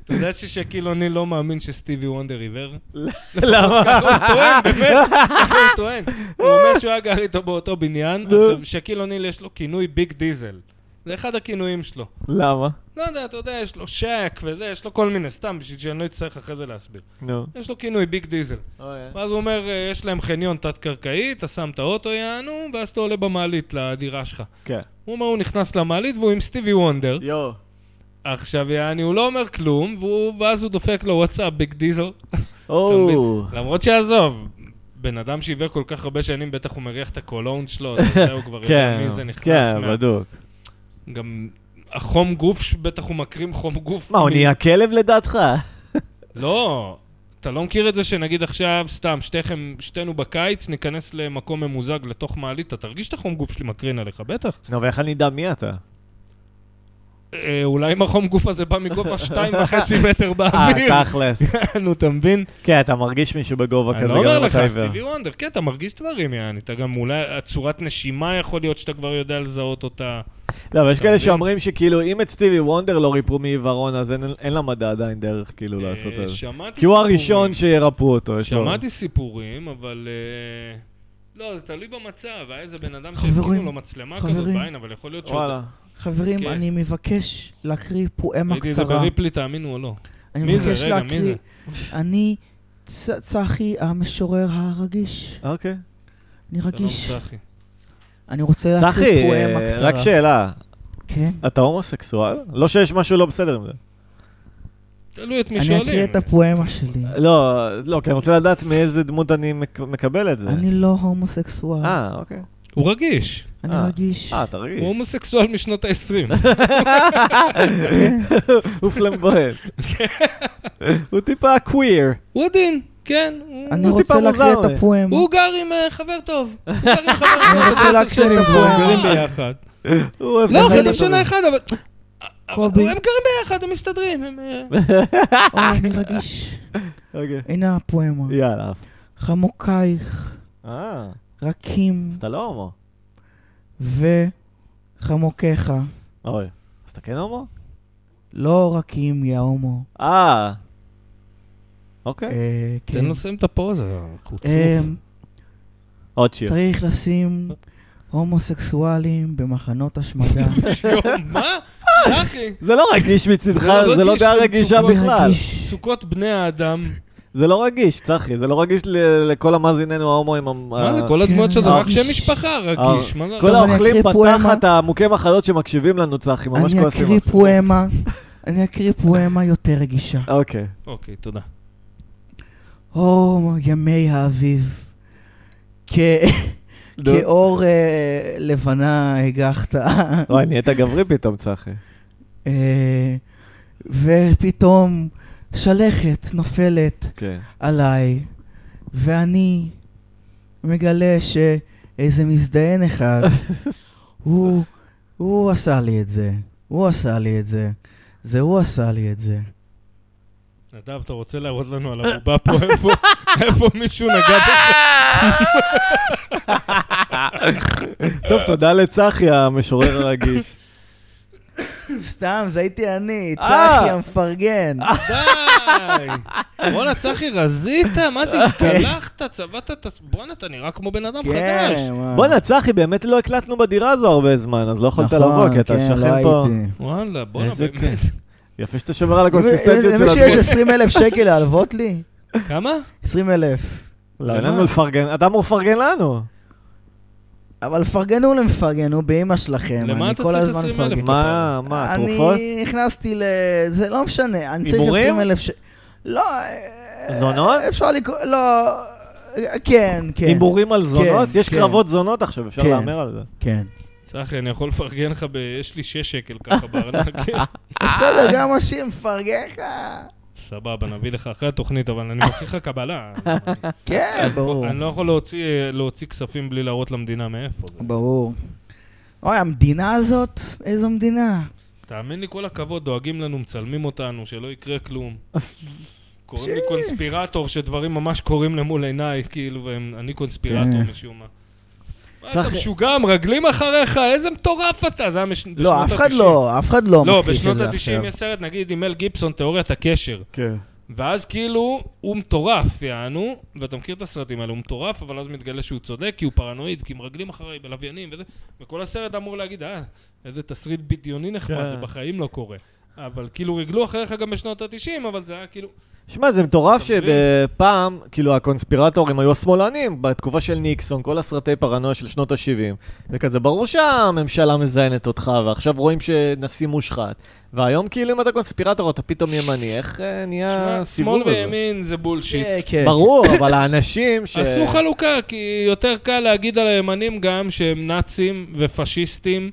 אתה יודע ששקיל אוני לא מאמין שסטיבי וונדר עיוור?
למה?
ככה הוא טוען, באמת, ככה הוא טוען. הוא אומר שהוא היה גר איתו באותו בניין,
נו.
עכשיו, שקיל אוניל יש לו כינוי ביג דיזל. זה אחד הכינויים שלו.
למה?
לא יודע, אתה יודע, יש לו שק וזה, יש לו כל מיני, סתם, בשביל שאני לא אצטרך אחרי זה להסביר.
נו.
יש לו כינוי ביג דיזל. ואז הוא אומר, אה, יש להם חניון תת-קרקעי, אתה שם את האוטו, יענו, ואז אתה עולה במעלית לדירה שלך.
כן.
הוא אומר, הוא נכנס למעלית והוא עם סטיבי וונדר.
יואו.
עכשיו, יעני, הוא לא אומר כלום, והוא- ואז הוא דופק לו, וואטסאפ, ביג דיזל.
או.
למרות שעזוב, בן אדם שעיוור כל כך הרבה שנים, בטח הוא מריח את הקולון שלו, אתה יודע, הוא כבר יודע
כן,
מי זה נכנס.
כן,
מה-
בדוק.
גם החום גוף, ש- בטח הוא מקרים חום גוף.
מה, הוא
מ-
נהיה כלב לדעתך?
לא, אתה לא מכיר את זה שנגיד עכשיו, סתם, שתיכם, שתינו בקיץ, ניכנס למקום ממוזג לתוך מעלית, אתה תרגיש את החום גוף שלי מקרין עליך, בטח.
נו, ואיך אני אדע מי אתה?
אה, אולי אם החום גוף הזה בא מגובה שתיים וחצי מטר
אה,
באוויר.
תכלס.
נו, אתה מבין?
כן, אתה מרגיש מישהו בגובה
אני
כזה,
לא אומר
אוקיי, גם אם
לך,
אתה עיוור.
סטיבי וונדר, כן, אתה מרגיש דברים, יעני, אתה גם אולי, הצורת נשימה יכול להיות שאתה כבר יודע לזהות אותה.
לא, אבל יש
אתה
כאלה
מבין?
שאומרים שכאילו, אם את סטיבי וונדר לא ריפאו מעיוורון, אז אין- אין למדע עדיין דרך כאילו
אה,
לעשות את זה.
שמעתי
כי הוא
סיפורים.
הראשון שירפאו אותו. יש לו-
שמעתי סיפורים, אבל... אה, לא, זה תלוי במצב, היה איזה בן אדם
חברים,
שהתקינו לו מצלמה כזאת
חברים.
בעין, אבל יכול להיות שהוא...
וואלה.
חברים,
כן.
אני מבקש להקריא פואמה
ראיתי את זה
קצרה.
בריפלי, תאמינו או לא.
אני
מי זה?
מבקש
רגע, מי
להקריא. אני צ- צחי המשורר הרגיש.
אוקיי.
אני רגיש.
שלום, צחי.
אני רוצה להקריא
צחי,
פואמה
אה,
קצרה.
רק שאלה,
כן.
אתה הומוסקסואל? לא שיש משהו לא בסדר עם זה.
תלוי את מי
אני אקריא
שואלים.
את הפואמה שלי.
לא, לא, כי אני רוצה לדעת מאיזה דמות אני מק- מקבל את זה.
אני לא הומוסקסואל.
אה, אוקיי.
הוא רגיש.
אני
אה.
רגיש.
אה, תרגיש.
הוא הומוסקסואל משנות ה-20.
הוא פלמבוהט. הוא טיפה קוויר.
הוא עדין, כן. הוא-
אני
הוא טיפה
רוצה להקריא
מוזר אה.
את
לי.
הפואמה.
הוא גר עם אה, חבר טוב. הוא גר עם חבר טוב.
אני רוצה
זה
להקריא את
עשר שנים,
הפואמה.
הם גרים ביחד.
הוא אוהב
לא,
את
חדר
החדר
שנה
שלו.
אחד, אבל...
קובי.
אבל הם גרים ביחד, הם מסתדרים. הם, אה,
אוי, אני רגיש.
אוקיי.
הנה הפואמה.
יאללה.
חמוקייך,
אה,
רכים
אז אתה לא הומו.
וחמוקיך.
אוי. אז אתה כן הומו?
לא רכים, יא הומו.
אה. אוקיי.
אה,
תן
כן.
לו לסיים את הפוזה, חוצוף.
אמ,
עוד שיר.
צריך לשים הומוסקסואלים במחנות השמדה.
יום, מה? אחי,
זה לא רגיש מצדך,
זה לא
זה לא
רגיש,
דעה
זה
רגישה
מצוקות.
בכלל.
רגיש.
סוכות בני האדם.
זה לא רגיש, צחי, זה לא רגיש ל- לכל המאזיננו ההומואים. ה-
מה זה,
ה-
כל הדמויות שלו זה רק
הרגיש.
שם משפחה, רגיש. מה זה?
כל
כן. טוב, אני
האוכלים
אקריא פואמה.
בתחת המוכי מחלות שמקשיבים לנו, צחי, ממש
אני
כועסים.
אקריא
עליך.
פואמה, אני אקריא פואמה יותר רגישה.
אוקיי.
אוקיי, תודה.
אור ימי האביב. כ-
נו.
כאור אה, לבנה הגחת.
וואי, נהיית גברי פתאום, צחי.
אה, ופתאום שלכת נופלת
כן.
עליי, ואני מגלה שאיזה מזדיין אחד, הוא, הוא עשה לי את זה, הוא עשה לי את זה, זה הוא עשה לי את זה.
נדב, אתה רוצה להראות לנו על הבובה פה? איפה- איפה מישהו נגע בך?
טוב, תודה לצחי המשורר הרגיש.
סתם, זה הייתי אני,
אה.
צחי המפרגן.
די! בואנה, צחי, רזית? מה זה, התקלחת, צבעת את הס... בואנה, אתה נראה כמו בן אדם חדש.
כן, וואי.
בואנה, צחי, באמת לא הקלטנו בדירה הזו הרבה זמן, אז לא יכולת
נכון,
לבוא, כי אתה
כן, לא
שכן פה.
הייתי.
וואלה, בואנה,
איזה
באמת.
יפה שאתה שומר על
למי
הקונסיסטנטיות של
שיש
הדברים.
20 אלף שקל להלוות לי?
כמה?
20 אלף.
לא, אין לנו לפרגן, אתה אמור לפרגן לנו.
אבל פרגנו למפרגנו, באימא שלכם.
למה
אני
אתה
כל
צריך
הזמן
20,000?
מפרגן.
מה, מה, תרופות?
כן. אני נכנסתי ל... זה לא משנה, אני צריך
הימורים?
20 אלף ש... לא... אה,
זונות?
אפשר לקרוא... לא... אה, כן, כן.
הימורים על זונות?
כן,
יש
כן.
קרבות זונות עכשיו, אפשר
כן.
להמר על זה.
כן.
צחי, אני יכול לפרגן לך ב... יש לי שש שקל ככה בארנק.
אה.
בסדר, גם השיר מפרגן לך.
סבבה, נביא לך אחרי התוכנית, אבל אני מבטיח לך קבלה.
כן, ברור.
אני לא יכול להוציא, להוציא כספים בלי להראות למדינה מאיפה זה.
ברור. אוי, המדינה הזאת, איזו מדינה.
תאמין לי, כל הכבוד, דואגים לנו, מצלמים אותנו, שלא יקרה כלום. קוראים לי
שי.
קונספירטור, שדברים ממש קורים למול עיניי, כאילו, ואני קונספירטור
כן.
משום מה. מה,
צחי-
אתה משוגע, מרגלים אחריך, איזה מטורף אתה, זה היה מש- בשנות
לא, אף אחד
ה-90.
לא, אף אחד לא
לא,
מכחיש את
בשנות
זה
ה-90
עכשיו.
יש סרט, נגיד, עם מל גיבסון, תיאוריית הקשר.
כן.
ואז כאילו, הוא מטורף, יענו, ואתה מכיר את הסרטים האלה, הוא מטורף, אבל אז מתגלה שהוא צודק, כי הוא פרנואיד, כי מרגלים אחריי בלוויינים וזה, וכל הסרט אמור להגיד, אה, איזה תסריט בדיוני נחמד,
כן.
זה בחיים לא קורה. אבל כאילו ריגלו אחריך גם בשנות ה-90, אבל זה היה כאילו...
שמע, זה מטורף
אתה מבין?
שפעם, כאילו, הקונספירטורים היו השמאלנים, בתקופה של ניקסון, כל הסרטי פרנויה של שנות ה-70. זה כזה, ברור שהממשלה מזיינת אותך, ועכשיו רואים שנשיא מושחת. והיום, כאילו, אם אתה קונספירטור, אתה פתאום ימני, איך אה, נהיה
שמע,
סיבוב
שמאל
הזה? כן.
וימין זה בולשיט.
כן, כן.
ברור, אבל האנשים ש...
עשו חלוקה, כי יותר קל להגיד על הימנים גם שהם נאצים ופשיסטים.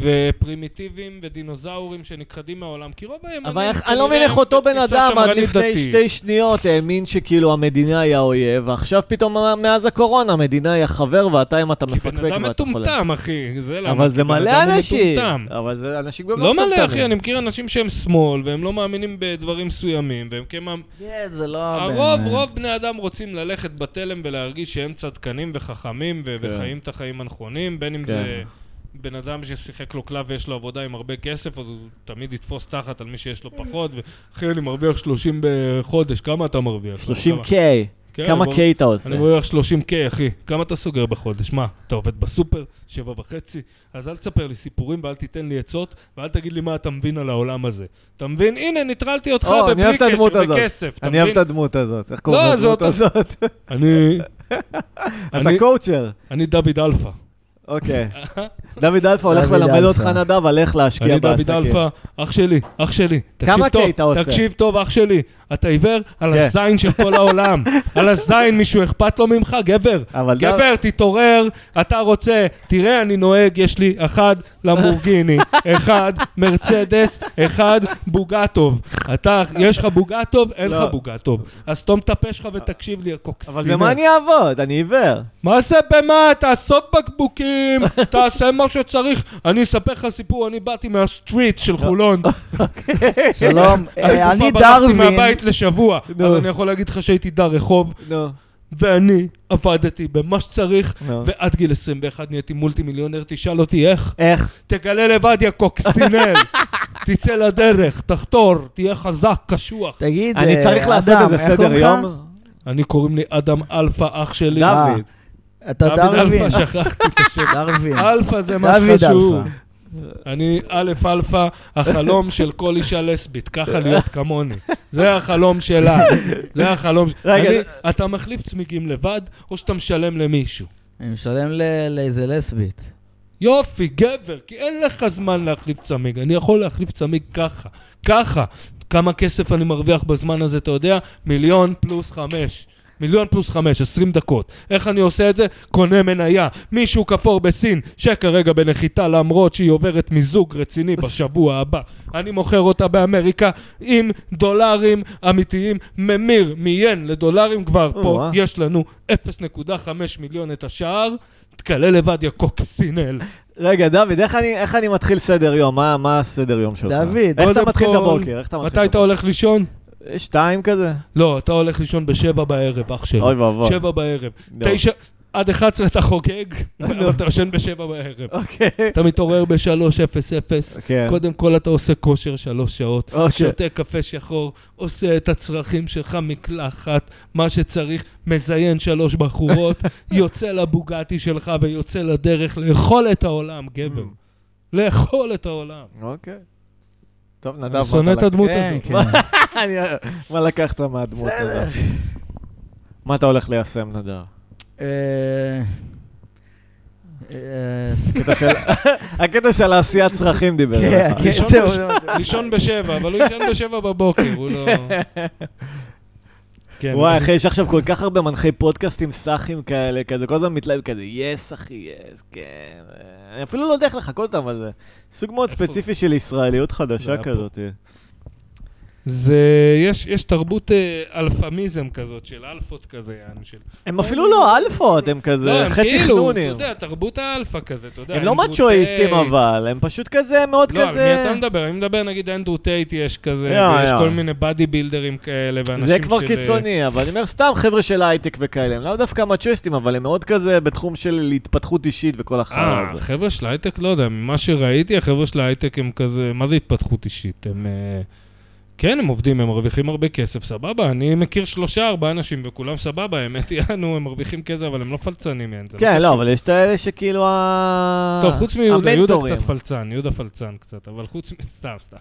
ופרימיטיביים ודינוזאורים שנכחדים מהעולם, כי רוב הימנים...
אבל איך- אני
כנראה
לא מבין איך אותו בן
בתפיסה
אדם עד
שמרנית
לפני
דתית.
שתי שניות האמין שכאילו המדינה היא האויב, ועכשיו פתאום מאז הקורונה המדינה היא החבר, ואתה אם אתה
כי
מפקפק ואתה
בן
חולה.
אדם מטומטם, אחי, זה למה.
אבל
כי
זה
בן
מלא
אדם הוא
אנשים.
מטומטם.
אבל זה אנשים גם
לא
לא
מלא,
מטומטמים.
אחי, אני מכיר אנשים שהם שמאל, והם לא מאמינים בדברים מסוימים, והם כן... מאמ-
כן, זה לא...
אה,
הרוב,
באמת.
רוב בני אדם רוצים ללכת בתלם ולהרגיש שהם צדקנים וחכמים ו-
כן.
וחיים את החיים הנכונים, בין אם
כן.
זה בן אדם ששיחק לו קלף ויש לו עבודה עם הרבה כסף, אז הוא תמיד יתפוס תחת על מי שיש לו פחות, ואחי, אני מרוויח 30 בחודש, כמה אתה מרוויח?
30K,
כן,
כמה
בוא-
K אתה עושה?
אני מרוויח 30K, אחי. כמה אתה סוגר בחודש? מה, אתה עובד בסופר? שבע וחצי? אז אל תספר לי סיפורים ואל תיתן לי עצות, ואל תגיד לי מה אתה מבין על העולם הזה. אתה מבין? הנה, ניטרלתי אותך
או, אני אוהב
בבלי
את הדמות
קשר
הזאת.
וכסף. אתה
אני אוהב את
מבין?
הדמות הזאת. איך קוראים
לא,
לדמות
זאת-
הזאת?
אני...
אתה
אני-
קואוצ'ר.
אני דוד אלפא.
אוקיי. דוד אלפא הולך
דוד
ללמד
אלפא.
אותך, נדב, על איך להשקיע
אני דוד
בעסקים.
אלפא, אח שלי, אח שלי. תקשיב
כמה
טוב,
K אתה עושה?
תקשיב טוב, אח שלי. אתה עיוור? על
כן.
הזין של כל העולם. על הזין מישהו אכפת לו ממך? גבר.
אבל דוד-
גבר, תתעורר, אתה רוצה, תראה, אני נוהג, יש לי אחד למורגיני, אחד מרצדס, אחד בוגטוב. אתה, יש לך בוגטוב, אין
לא.
לך בוגטוב. אז סתום את הפה שלך ותקשיב לי, הקוקסינר.
אבל במה אני אעבוד? אני עיוור.
מה זה במה? תעשו בקבוקים, תעשה מה שצריך. אני אספר לך סיפור, אני באתי מהסטריט של חולון.
לא. שלום,
התקופה
אה, אני
ברחתי
דרווין.
מהבית לשבוע,
נו.
אז אני יכול להגיד לך שהייתי דר רחוב,
נו,
ואני עבדתי במה שצריך,
נו.
ועד גיל 21 נהייתי מולטי מיליונר, תשאל אותי איך.
איך?
תגלה לבד, יא קוקסינל. תצא לדרך, תחתור, תהיה חזק, קשוח.
תגיד,
אני
אה,
צריך לעשות
אדם,
איזה
איך
סדר
קוראים
יום?
לך?
אני קוראים לי אדם אלפא, אח שלי.
דוד.
אתה
דוד
דרווין.
אלפא, שכחתי את השם.
דרווין.
אלפא זה מה
דוד
שחשוב.
אלפא.
אני א' אלפא, החלום של כל אישה לסבית, ככה להיות כמוני. זה החלום שלה, זה החלום. ש-
רגע,
אני- אתה מחליף צמיגים לבד, או שאתה משלם למישהו?
אני משלם ל- לאיזה לסבית.
יופי, גבר, כי אין לך זמן להחליף צמיג. אני יכול להחליף צמיג ככה, ככה. כמה כסף אני מרוויח בזמן הזה, אתה יודע? מיליון פלוס חמש. מיליון פלוס חמש, עשרים דקות. איך אני עושה את זה? קונה מניה. מישהו כפור בסין, שכרגע בנחיתה למרות שהיא עוברת מיזוג רציני בשבוע הבא. אני מוכר אותה באמריקה עם דולרים אמיתיים. ממיר מיין לדולרים כבר פה.
או-אה.
יש לנו 0.5 מיליון את השער. תקלה לבד, יא קוקסינל.
רגע, דוד, איך אני- איך אני מתחיל סדר יום? מה- מה הסדר יום שלך?
דוד,
איך אתה
קודם
מתחיל את
כל,
הבוקר? איך אתה מתחיל את
מתי אתה הולך לישון?
הבוקר? שתיים כזה?
לא, אתה הולך לישון בשבע בערב, אח שלי.
אוי ואבוי.
כן. שבע בערב.
לא.
תשע, עד 11 אתה חוגג, אבל אתה ישן בשבע בערב.
אוקיי.
אתה מתעורר ב-3:00,
כן.
קודם כל אתה עושה כושר שלוש שעות,
אוקיי.
שותה קפה שחור, עושה את הצרכים שלך, מקלחת, מה שצריך, מזיין שלוש בחורות, יוצא לבוגטי שלך ויוצא לדרך לאכול את העולם, גבר.
Mm.
לאכול את העולם.
אוקיי. טוב, נדב,
אני
מה
שונא את
אתה
הדמות
כן,
הזאת.
כן.
לק- אני- מה לקחת מהדמות הזאת? מה אתה הולך ליישם, נדב?
אה, אה,
הקטע של- הקטע של העשיית צרכים דיבר
כן,
אליך.
כן,
לישון
זהו,
בש-
זה מה ש-
לישון בשבע, אבל הוא ישן בשבע בבוקר, הוא לא... כן,
וואי, אחי, יש עכשיו כל כך הרבה מנחי פודקאסטים סאחים כאלה, כזה, כל הזמן מתלהב כזה, יס, אחי, יס, כן. אני אפילו לא יודע איך לחכות אותם, אבל זה סוג מאוד
איפה?
ספציפי של ישראליות
זה היה
חדשה
פה.
כזאת.
זה, יש, יש תרבות אה, אלפמיזם כזאת, של אלפות כזה, יענו, של...
הם אפילו לא אלפות, הם כזה
לא, הם
חצי
כאילו, אתה
חנונים.
יודע, תרבות האלפא כזה, אתה יודע.
הם לא
אנדרו
מצ'ואיסטים
טייט.
אבל, הם פשוט כזה, מאוד
לא, על מי
כזה...
אתה מדבר? אני מדבר, נגיד, אנדרו טייט יש כזה,
לא,
יש
לא.
כל מיני בדי בילדרים כאלה, ואנשים
זה כבר
של, אה,
קיצוני, אבל אני אומר, סתם חבר'ה של הייטק וכאלה, הם לאו דווקא מצ'ואיסטים, אבל הם מאוד כזה בתחום של התפתחות אישית וכל החרא
אה,
הזה.
החבר'ה של ההייטק, לא יודע, ממה שראיתי, החבר'ה של ההייטק הם כזה, מה זה התפתחות אישית? הם... אה, כן, הם עובדים, הם מרוויחים הרבה כסף, סבבה, אני מכיר שלושה, ארבעה אנשים, וכולם סבבה, האמת היא, נו, הם מרוויחים כסף, אבל הם לא פלצנים, יעני, זה
כן,
קשור.
לא, אבל יש את האלה שכאילו ה...
טוב, חוץ מיהודה, יהודה
המנטורים.
קצת פלצן, יהודה פלצן קצת, אבל חוץ מ... סתם, סתם.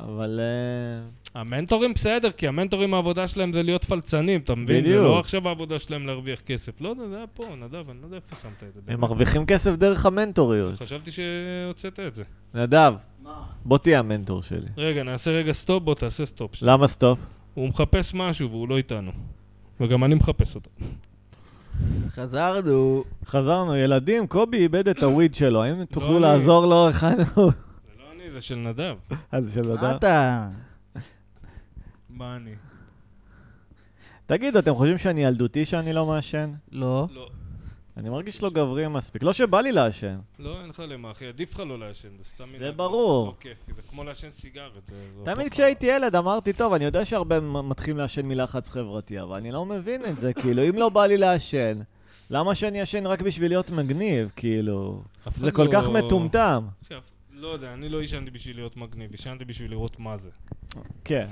אבל... אה,
המנטורים בסדר, כי המנטורים העבודה שלהם זה להיות פלצנים, אתה מבין? זה
בדיוק.
לא עכשיו העבודה שלהם להרוויח כסף. לא יודע, זה היה פה, נדב, אני לא יודע איפה שמת את זה.
הם מרוויחים כסף דרך המנטוריות.
חשבתי שהוצאת את זה.
נדב, בוא תהיה המנטור שלי.
רגע, נעשה רגע סטופ, בוא תעשה סטופ. שנייה.
למה סטופ?
הוא מחפש משהו והוא לא איתנו. וגם אני מחפש אותו.
חזרנו.
חזרנו, ילדים, קובי איבד את הוויד שלו, האם תוכלו
לא, אני.
לעזור לו? הכנו...
זה לא אני, זה של נדב.
אז של
מה
נדב.
אתה?
מה אני?
תגידו, אתם חושבים שאני ילדותי שאני לא מעשן?
לא.
לא,
אני מרגיש לא גברי מספיק. לא שבא לי לעשן.
לא, אין לך למה, אחי, עדיף לך לא לעשן, זה סתם...
זה
מנהג,
ברור.
לא כיפי, זה כמו לעשן סיגרת. זה- זה
תמיד
אותו
כשהייתי ילד אמרתי, טוב, אני יודע שהרבה מ- מתחילים לעשן מלחץ חברתי, אבל אני לא מבין את זה, כאילו, אם לא בא לי לעשן, למה שאני אעשן רק בשביל להיות מגניב, כאילו?
אף אחד
זה כל
לא-
כך מטומטם.
עכשיו, לא יודע, אני לא עישנתי בשביל להיות מגניב, עישנתי בשביל לראות מה זה.
כן.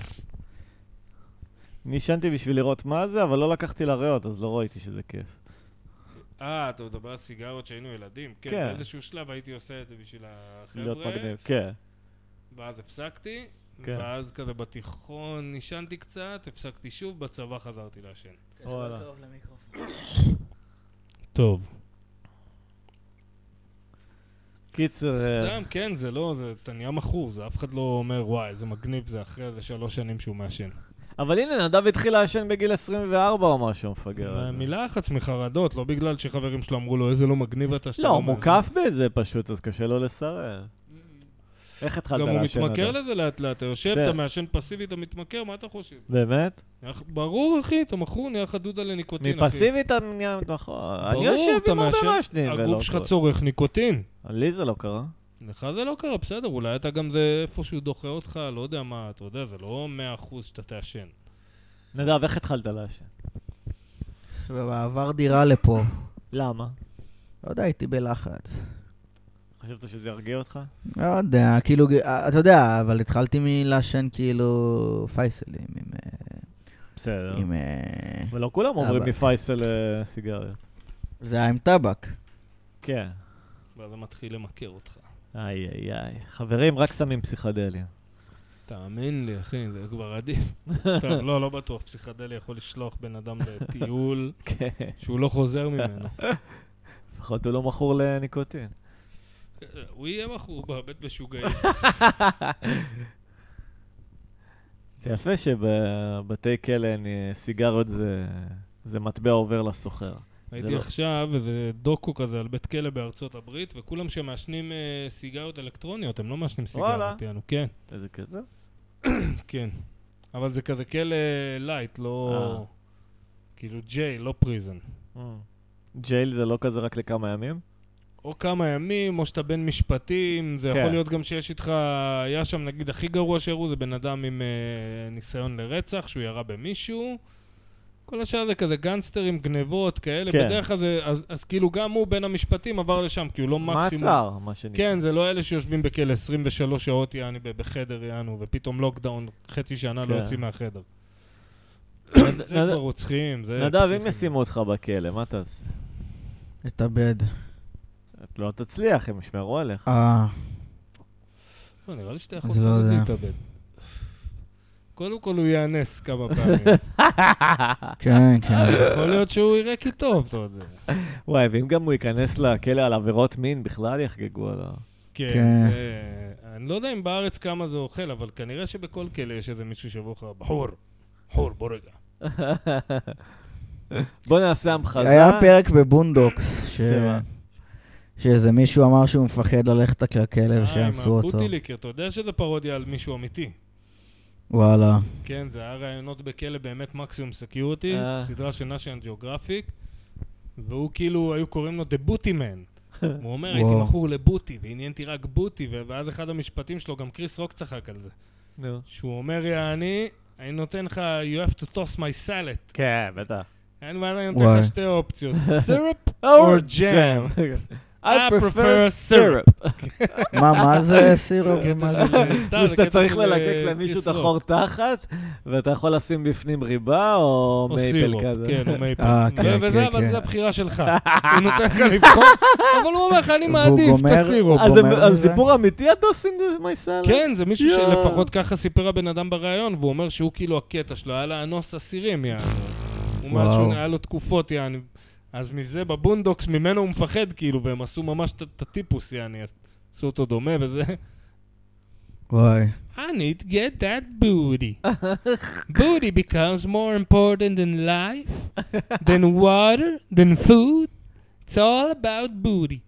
נשענתי בשביל לראות מה זה, אבל לא לקחתי לריאות, אז לא ראיתי שזה כיף.
אה, אתה מדבר על סיגריות שהיינו ילדים? כן.
כן.
באיזשהו שלב הייתי עושה את זה בשביל
להיות
החבר'ה,
מגניב, כן.
ואז הפסקתי,
כן.
ואז כזה בתיכון עישנתי קצת, הפסקתי שוב, בצבא חזרתי לעשן.
וואלה.
טוב.
קיצר, אה,
סתם, כן, זה לא, זה, אתה נהיה מכור, זה אף אחד לא אומר, וואי, איזה מגניב זה אחרי איזה שלוש שנים שהוא מעשן.
כן, אבל הנה, נדב התחיל לעשן בגיל 24 או משהו, המפגר הזה.
מלחץ, מחרדות, לא בגלל שחברים שלו אמרו לו, איזה לא מגניב אתה שאתה
לא, הוא
מעשן."
מוקף בזה פשוט, אז קשה לו לסרב. איך התחלת
גם הוא
לעשן
מתמכר
נדב?
לזה לאט לאט, אתה יושב,
בסדר.
אתה מעשן פסיבי, אתה מתמכר, מה אתה חושב?
באמת?
נהיה לך- ברור, אחי, אתה מכור, נהיה לך דודה לניקוטין, אחי.
מפסיבי אתה נהיה נכון. אני
ברור,
יושב
אתה
עם הרבה
מעשן,
מעשנים. ולא
הגוף שלך
טוב.
צורך ניקוטין.
לי זה לא קרה.
לך זה לא קרה, בסדר, אולי אתה גם זה איפשהו דוחה אותך, לא יודע מה, אתה יודע, זה לא 100% שאתה תעשן.
נדב, איך התחלת לעשן?
במעבר דירה לפה.
למה?
לא יודע, הייתי בלחץ.
חשבת שזה ירגיע אותך?
לא יודע, כאילו, אה, אתה יודע, אבל התחלתי מלעשן כאילו פייסלים עם... אה,
לא.
בסדר.
עם... אה,
ולא כולם אומרים
טבק.
מפייסל אה, סיגריות.
זה היה עם טבק.
כן.
ואז זה מתחיל למכר אותך.
איי איי איי. חברים, רק סמים פסיכדליים.
תאמין לי, אחי, זה כבר עדיף. טוב, לא, לא בטוח, פסיכדלי יכול לשלוח בן אדם לטיול
כן.
שהוא לא חוזר ממנו.
לפחות הוא לא מכור לניקוטין.
הוא יהיה מכור בבית משוגעים.
זה יפה שבבתי כלא אין, אה, סיגריות זה- זה מטבע עובר לסוחר.
הייתי
לא.
עכשיו איזה דוקו כזה על בית כלא בארצות הברית, וכולם שמעשנים אה, סיגריות אלקטרוניות, הם לא מעשנים
וואלה.
סיגריות, יענו, כן,
איזה כזה?
כן. אבל זה כזה כלא לייט, לא...
אה.
כאילו ג'יי, לא פריזן.
ג'ייל זה לא כזה רק לכמה ימים?
או כמה ימים, או שאתה בן משפטים, זה
כן.
יכול להיות גם שיש איתך, היה שם נגיד הכי גרוע שהראו, זה בן אדם עם אה, ניסיון לרצח, שהוא ירה במישהו. כל השאר זה כזה גנגסטרים, גנבות, כאלה.
כן.
בדרך כלל זה, אז, אז כאילו גם הוא בין המשפטים עבר לשם, כי הוא לא מקסימום.
מעצר, מה שנקרא.
כן, זה לא אלה שיושבים בכלא 23 שעות, יעני, ב- בחדר, יענו, ופתאום לוקדאון, חצי שנה לא
כן.
יוצאים מהחדר.
נד-
זה
נד-
כבר רוצחים, זה...
נדב,
פסיכים.
אם ישימו אותך בכלא, מה תעשה?
התאבד.
את לא תצליח, הם ישמרו עליך.
אה,
לא, נראה לי שאתה יכול
אז לא
תמיד
יודע.
להתאבד. קודם כל הוא יאנס כמה פעמים.
כן, כן.
יכול להיות שהוא יראה כי טוב, אתה יודע.
וואי, ואם גם הוא ייכנס לכלא על עבירות מין, בכלל יחגגו עליו.
כן,
כן.
זה... אני לא יודע אם בארץ כמה זה אוכל, אבל כנראה שבכל כלא יש איזה מישהו שיבוא לך, בחור, בחור, בוא רגע.
בוא נעשה המחזה.
היה פרק בבונדוקס, ש-
שמה?
שאיזה מישהו אמר שהוא מפחד ללכת לכלא
אה,
ושיעשו
עם
אותו.
הבוטיליקר, אתה יודע שזה פרודיה על מישהו אמיתי.
וואלה.
כן, זה היה ראיונות בכלא באמת מקסימום סקיורטי,
אה.
סדרה של national geographic, והוא כאילו, היו קוראים לו The Booty Man. הוא אומר, הייתי
וואו.
מכור לבוטי, ועניין אותי רק בוטי, ו- ואז אחד המשפטים שלו, גם קריס רוק צחק על זה,
נו.
שהוא אומר, יעני, אני נותן לך, you have to toss my salad.
כן, בטח.
אין בעיה, אני נותן לך
וואי.
שתי אופציות, סירופ
Or
or jam.
I
I
prefer
prefer
syrup.
מה, מה זה סירופ? מה זה?
זה שאתה צריך
אה,
ללקק למישהו את החור תחת, ואתה יכול לשים בפנים ריבה או
או
מייפל
סירופ,
כזה.
כן, או מייפל.
אה, כן,
וזה,
כן,
אבל
כן.
זה הבחירה שלך. הוא נותן לך לבחור, אבל הוא אומר לך, אני
והוא
מעדיף את
גומר-
הסירופ.
אז
הוא
זה-
אומר
אז
מזה?
סיפור אמיתי אתה עושים את מייסל?
כן, זה מישהו
יואו.
שלפחות ככה סיפר הבן אדם בריאיון, והוא אומר שהוא כאילו הקטע שלו, היה לאנוס אסירים, יעני. הוא אומר
וואו.
שהוא- היה לו תקופות, יעני. אז מזה בבונדוקס, ממנו הוא מפחד, כאילו, והם עשו ממש את- את הטיפוס, יעני. אז עשו אותו דומה וזה.
וואי.
I need to get that booty. booty becomes more important than life, than water, than food. It's all about booty.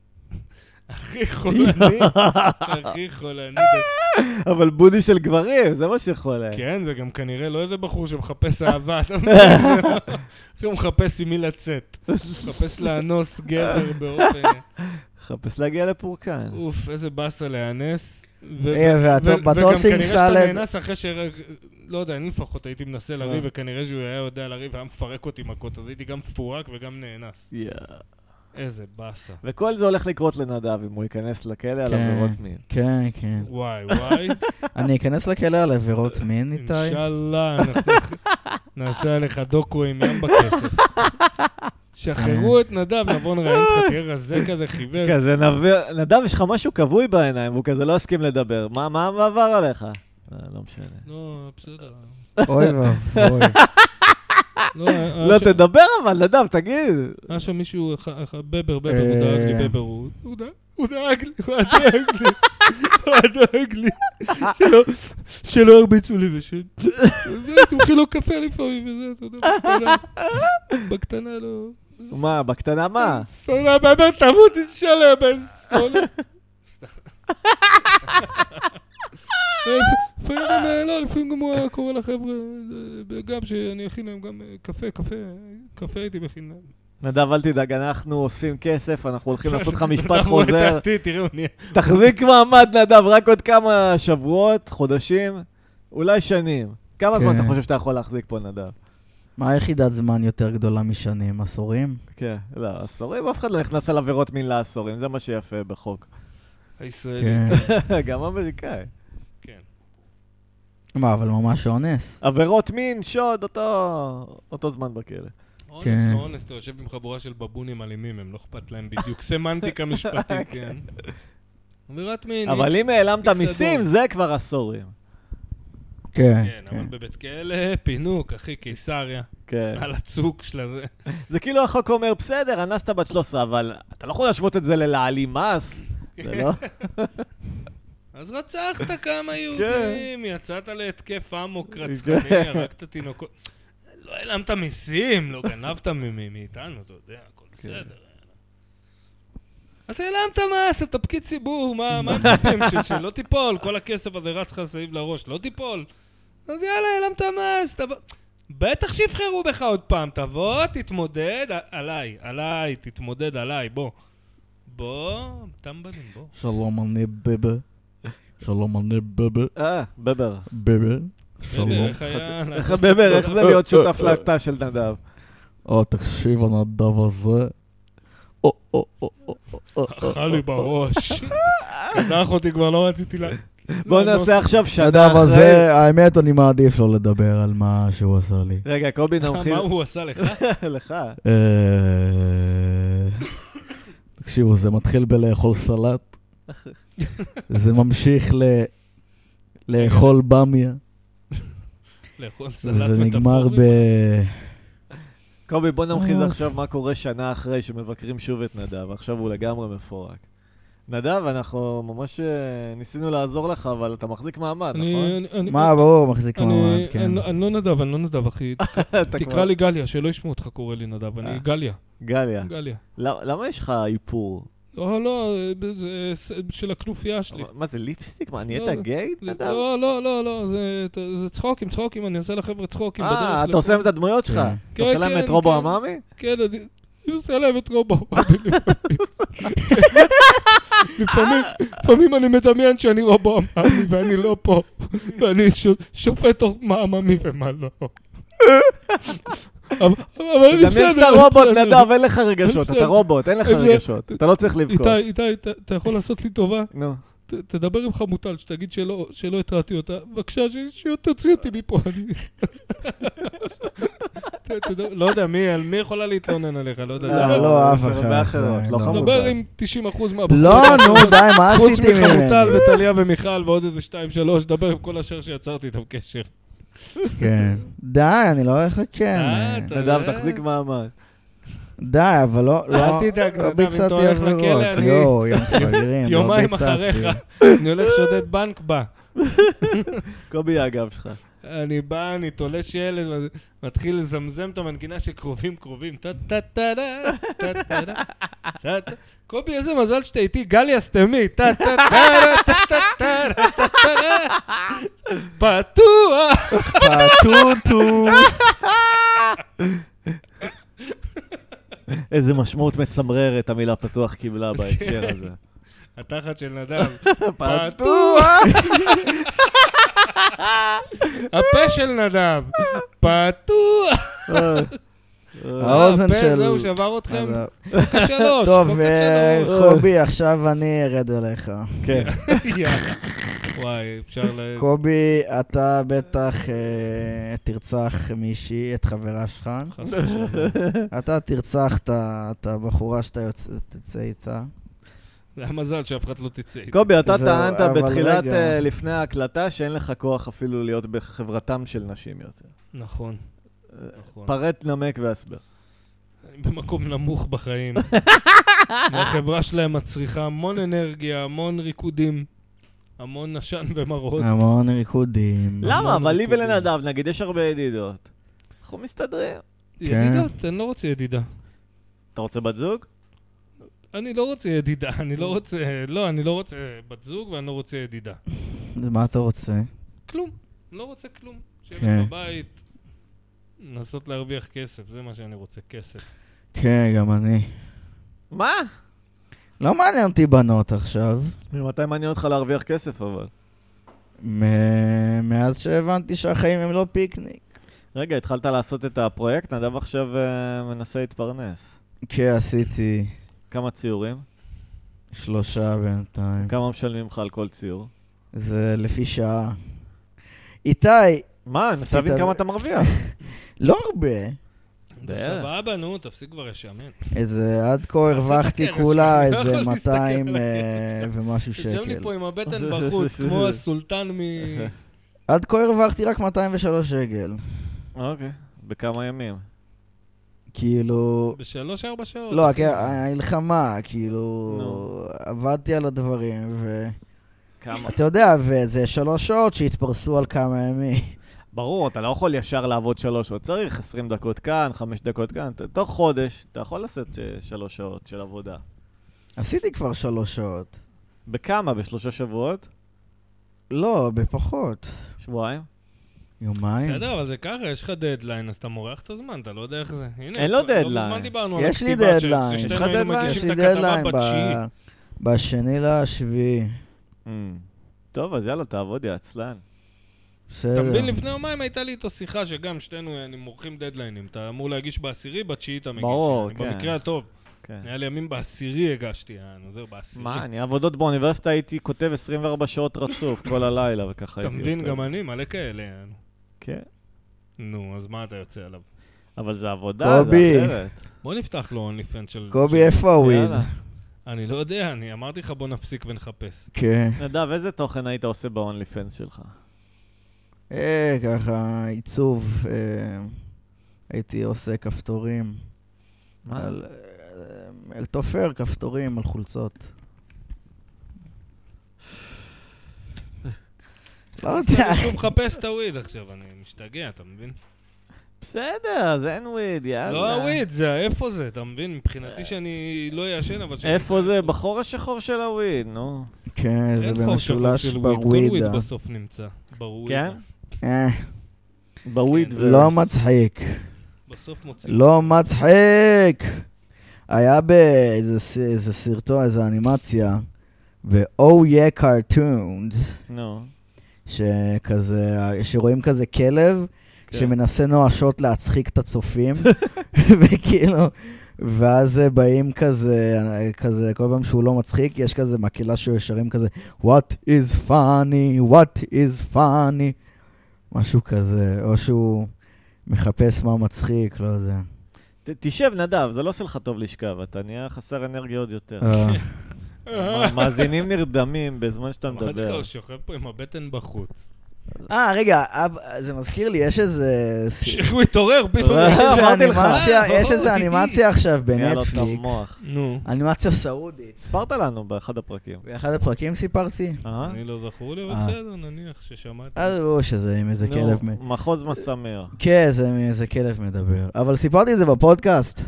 הכי חולני, הכי חולני.
אבל בודי של גברים, זה מה שיכול היה.
כן, זה גם כנראה לא איזה בחור שמחפש אהבה, אתה מבין? הוא מחפש עם מי לצאת. מחפש לאנוס גבר באופן...
חפש להגיע לפורקן.
אוף, איזה באסה להיאנס. ו-
אה,
ו-
ואתה-
ו-
ואתה
וגם
עושה עם
כנראה שאתה
סלד.
נאנס אחרי ש... לא יודע, אני לפחות הייתי מנסה לריב,
כן.
אה.
וכנראה שהוא היה יודע לריב והיה מפרק אותי מכות, אז הייתי גם מפורק וגם נאנס.
יא.
איזה באסה.
וכל זה הולך לקרות לנדב אם הוא ייכנס לכלא על
כן.
עבירות מין.
כן, כן.
וואי, וואי.
אני אכנס לכלא על עבירות מין, איתי?
אינשאללה, אנחנו נעשה עליך דוקו עם ים בכסף. שחררו את נדב, נבוא נראיין אותך, תהיה רזה כזה חיוור.
כזה נבר- נדב, יש לך משהו כבוי בעיניים, והוא כזה לא יסכים לדבר. מה- מה מה עבר עליך? אה, לא משנה.
לא, בסדר.
אוי ואבוי.
לא, היה
לא,
שם-
תדבר אבל, נדב, תגיד.
היה שם מישהו, אח- אח- בבר, בבר, הוא
אה.
דאג לי, בבר, הוא הוא דאג- הוא דאג לי, הוא דאג לי, הוא דאג לי, שלא- שלא ירביצו לי ושל... צומחי לו קפה לפעמים, וזה, אתה יודע, בקטנה- בקטנה לא...
מה, בקטנה מה?
סולה, באמת, תמות תשאלה, בן סולה. סתם. לפעמים גם, אה, לא, לפעמים גם הוא היה קורא לחבר'ה, אה, גם שאני אכין להם גם אה, קפה, קפה, קפה הייתי מכין להם.
נדב, אל תדאג, אנחנו אוספים כסף, אנחנו הולכים לעשות לך משפט
כן. אנחנו רואים את
חוזר.
העתיד, תראה, הוא נהיה...
תחזיק מעמד, נדב, רק עוד כמה שבועות, חודשים, אולי שנים. כמה זמן
כן.
אתה חושב שאתה יכול להחזיק פה, נדב?
מה היחידת זמן יותר גדולה משנים? עשורים?
כן, לא, עשורים, אף אחד לא נכנס על עבירות מין לעשורים, זה מה שיפה בחוק.
הישראלים.
כן,
גם אמריקאי.
כן.
מה, אבל ממש אונס.
עבירות מין, שוד, אותו, אותו זמן בכלא.
אונס
כן.
לא אונס, אתה יושב עם חבורה של בבונים אלימים, הם לא אכפת להם בדיוק. סמנטיקה משפטית, כן. עבירת מין.
אבל
אי-
אם העלמת
איקס
מיסים,
אדום.
זה כבר עשורים.
כן.
כן, אבל בבית כלא, פינוק, אחי, קיסריה.
כן.
על הצוק של הזה.
זה כאילו החוק אומר, בסדר, אנסת בת 13, אבל אתה לא יכול להשוות את זה ללהעלים מס. זה לא...
אז רצחת כמה יהודים, יצאת להתקף אמוק
כן.
רצחני, הרגת תינוקות. לא העלמת מיסים, לא גנבת מ- מ- מאיתנו, אתה יודע, הכל בסדר. אז העלמת מס, אתה פקיד ציבור, מה מה הם מצפים? ש- שלא תיפול, כל הכסף הזה רץ לך סביב לראש, לא תיפול. אז יאללה, העלמת מס, תבוא... בטח שיבחרו בך עוד פעם, תבוא, תתמודד, ע- עליי, עליי, תתמודד עליי, בוא. בוא, טמבלים, בוא.
שלום אני ביבה. שלום אני ביבה.
אה, בבר.
ביבה.
הנה,
שלום.
איך היה...
איך בבר, איך זה להיות שותף להקטה של נדב?
או, אה, תקשיב, הנדב הזה. או, או, או, או, או, או, או.
אכל לי בראש. קדח אותי, כבר לא רציתי לה...
בואו
לא,
נעשה עכשיו שנה
נדב
אחרי...
הזה, האמת, אני מעדיף לא לדבר על מה שהוא עשה לי.
רגע, קובי
לא.
נמחיר
מה הוא עשה לך?
לך.
אה, תקשיבו, זה מתחיל בלאכול סלט, זה ממשיך ל... לאכול במיה,
לאכול סלט
וזה נגמר ב...
מטאפורי?
קובי, בוא נמחיז
אה.
עכשיו מה קורה שנה אחרי שמבקרים שוב את נדב. עכשיו הוא לגמרי מפורק. נדב, אנחנו ממש אה, ניסינו לעזור לך, אבל אתה מחזיק מעמד, נכון?
אני- אני- אני-
מה, ברור, מחזיק
אני-
מעמד, כן.
אני- אני לא נדב, אני לא נדב, אחי.
נכון? אתה כבר-
תקרא לי גליה, שלא ישמעו אותך קורא לי נדב.
אה.
אני גליה,
גליה,
גליה.
למ- למה יש לך איפור?
לא, לא, אה, זה ס- של הכנופיה שלי.
מה זה, ליפסטיק? מה, נהיית
לא,
גיי,
זה-
נדב?
לא, לא, לא, לא, זה- זה צחוקים, צחוקים, אני עושה לחבר'ה צחוקים.
אה,
בדרך
אתה עושה
לפה.
להם את הדמויות שלך?
כן.
אתה עושה
כן,
להם את
כן,
רובו
כן.
עממי?
כן, אני... אני עושה להם את רובו. לפעמים, לפעמים אני מדמיין שאני רובו עממי ואני לא פה, ואני ש- שופט תוך מה עממי ומה לא. אבל- אבל אני
תדמיין שאתה
בסדר,
רובוט,
בסדר.
נדב, אין לך רגשות, אתה
בסדר.
רובוט, אין לך
זה-
רגשות, אתה לא צריך לבכות.
איתי, איתי, אתה- אתה יכול לעשות לי טובה?
נו.
ת- תדבר עם חמוטל, שתגיד שלא שלא התרעתי אותה. בבקשה, ש- שתוציא אותי מפה. אני- ת- תדבר- לא יודע, מי על מי יכולה להתלונן עליך? לא יודע.
אה,
דבר-
לא, אף
יש הרבה
אחד.
אחרות,
זה-
לא חמוד.
דבר
חמוטל.
עם 90% מהבחורים.
לא, נו, די, מה
חוץ
עשיתי
מחמוטל
ממני?
וטליה ומיכל ועוד איזה 2-3, דבר עם כל השאר שיצרתי איתם קשר.
כן. די, אני לא אחכה.
אה, אתה-
נדב, תחזיק מעמד.
די, אבל לא, לא,
אל תדאג,
לא
נדב, אם אתה
ביצעתי
הולך לכלא,
עבירות.
אני-
יואו, יא מפגרים, לא
יומיים
ביצעתי.
אחריך. אני הולך שודד בנק בה.
קובי הגב שלך.
אני בא, אני תולש ילד, מתחיל לזמזם את המנגינה שקרובים קרובים. טה טה טה דה, טה טה דה, טה טה. קובי, איזה מזל שאתה איתי, גלי אסתמי. טה טה טה דה, טה טה טה דה, טה טה דה. פתוח!
פטוטו.
איזה משמעות מצמררת המילה פתוח קיבלה בהקשר הזה.
התחת של נדב.
פתוח!
אה, הפה של נדב. פתוח!
אה,
האוזן
הפה,
של-
זהו, שבר אתכם.
אז-
חוק השלוש.
טוב,
חוק
אה,
השלוש.
קובי, עכשיו אני ארד אליך.
כן.
אוקיי.
יאללה. וואי, אפשר ל...
קובי, אתה בטח אה, תרצח מישהי, את חברה שלך.
חס ושלום.
אתה תרצח את ה- את הבחורה שאתה יוצא- תצא איתה.
זה המזל שאף אחד לא תצא. איתי.
קובי, אתה
זהו,
טענת
אבל
בתחילת,
רגע.
אה, לפני ההקלטה, שאין לך כוח אפילו להיות בחברתם של נשים יותר.
נכון.
אה,
נכון.
פרט, נמק והסבר.
אני במקום נמוך בחיים. והחברה שלהם מצריכה המון אנרגיה, המון ריקודים, המון עשן ומראות.
המון ריקודים.
למה?
המון
אבל לי
ריקודים.
ולנדב, נגיד, יש הרבה ידידות. אנחנו מסתדרים.
כן.
ידידות, אני לא רוצה ידידה.
אתה רוצה בת זוג?
אני לא רוצה ידידה, אני לא רוצה... לא, אני לא רוצה בת זוג ואני לא רוצה ידידה.
אז מה אתה רוצה?
כלום. לא רוצה כלום.
כן.
שבת בבית, לנסות להרוויח כסף, זה מה שאני רוצה, כסף.
כן, גם אני.
מה?
לא מעניין אותי בנות עכשיו.
ממתי מעניין אותך להרוויח כסף, אבל?
מ- מאז שהבנתי שהחיים הם לא פיקניק.
רגע, התחלת לעשות את הפרויקט, נדב עכשיו אה, מנסה להתפרנס.
כן, עשיתי
כמה ציורים?
שלושה בינתיים.
כמה משלמים לך על כל ציור?
זה לפי שעה. איתי,
מה, אני מנסה להבין
אתה-
כמה אתה מרוויח.
לא הרבה.
זה
בערך.
סבבה, נו, תפסיק כבר לשמן.
איזה, עד כה
תעשה את
הרווחתי
הקרש,
כולה
אני לא
איזה
יכול להסתכל על
200
הקרש
אה,
שלך.
ומשהו
יושב לי
שקל.
פה עם הבטן בחוץ, כמו הסולטן מ...
עד כה הרווחתי רק 203 שקל.
אוקיי, בכמה ימים.
כאילו...
בשלוש-ארבע שעות.
לא,
אחי.
כן, המלחמה, כאילו...
נו.
עבדתי על הדברים, ו...
כמה?
אתה יודע, וזה שלוש שעות שהתפרסו על כמה ימים.
ברור, אתה לא יכול ישר לעבוד שלוש שעות. צריך 20 דקות כאן, 5 דקות כאן. ת- תוך חודש אתה יכול לעשות ש- שלוש שעות של עבודה.
עשיתי כבר שלוש שעות.
בכמה? בשלושה שבועות?
לא, בפחות.
שבועיים?
יומיים?
בסדר, אבל זה ככה, יש לך דדליין, אז אתה מורח את הזמן, אתה לא יודע איך זה. הנה,
אין לו
כבר- לא
דדליין.
מזמן דיברנו על
יש לי
הכתיבה של-
דדליין.
יש לך
ששתינו היינו
דדליין?
מגישים
יש לי
את הכתבה
דדליין ב-
בתשיעי.
בשני לשביעי.
אמ. טוב, אז יאללה, תעבוד, יא עצלן.
אתה
בסדר.
מבין, לפני יומיים הייתה לי איתו שיחה שגם שתינו אני מורחים דדליינים. אתה אמור להגיש בעשירי, בתשיעי אתה מגיש.
ברור,
אני
כן.
במקרה הטוב.
כן.
נראה לי ימים בעשירי הגשתי, אני עוזר בעשירי.
מה, אני עבודות באוניברסיטה הייתי כותב 24 שעות רצוף כל הלילה, וככה
אתה
הייתי עושה.
מבין, גם
את זה.
אני, מלא כאלה. אה,
כן,
נו, אז מה אתה יוצא עליו?
אבל זה עבודה, זה
קובי.
אחרת.
בוא נפתח לו אונלי פן של...
קובי,
של-
איפה הוויד?
יאללה.
אני לא יודע, אני אמרתי לך בוא נפסיק ונחפש.
כן.
נדב, איזה תוכן היית עושה ב-only fans שלך?
אה, ככה, עיצוב. אה, הייתי עושה כפתורים.
מה?
על, אה, תופר כפתורים על חולצות. לא יודע.
הוא מחפש את הוויד עכשיו, אני משתגע, אתה מבין?
בסדר, זה אין וויד, יאללה. אה.
לא הוויד, זה האיפה זה, אתה מבין? מבחינתי שאני לא אעשן, אבל... שאני-
איפה זה? בחור השחור של הוויד, נו.
כן, זה
אין חור שחור
במשולש
של וויד, כל וויד
בווידה.
בסוף נמצא. בווידה.
כן?
אה,
בוויד
כן.
ורס.
לא מצחיק.
בסוף מוציאים.
לא מצחיק! היה באיזה ס- איזה סרטון, איזה אנימציה, ב-Oh yeah cartoons,
נו.
שכזה, שרואים כזה כלב,
כן.
שמנסה נואשות להצחיק את הצופים, וכאילו, ואז אה, באים כזה, אה, כזה, כל פעם שהוא לא מצחיק, יש כזה מקהלה שישרים כזה, What is funny, what is funny, משהו כזה, או שהוא מחפש מה מצחיק, לא יודע.
ת- תשב, נדב, זה לא עושה לך טוב לשכב, אתה נהיה חסר אנרגיה עוד יותר.
אה,
מ- מאזינים נרדמים בזמן שאתה
אמרתי לך,
מדבר.
הוא שוכב פה עם הבטן בחוץ.
אה, רגע, אב- זה מזכיר לי, יש איזה... ס-
שהוא התעורר פתאום.
כן. אה,
יש איזה
אמרתי לך.
אנימציה, יש
ברור.
איזה אנימציה עכשיו
נהיה לו את
בנטפליקס,
המוח.
נו,
אנימציה סעודית.
סיפרת לנו באחד הפרקים.
באחד הפרקים סיפרתי?
אה?
אני לא זכור לי, אבל
אה.
בסדר, נניח ששמעתי.
אז ברור שזה עם איזה
נו,
כלב... מ-
מחוז מסמר.
כן, זה עם איזה כלב מדבר. אבל סיפרתי את זה בפודקאסט.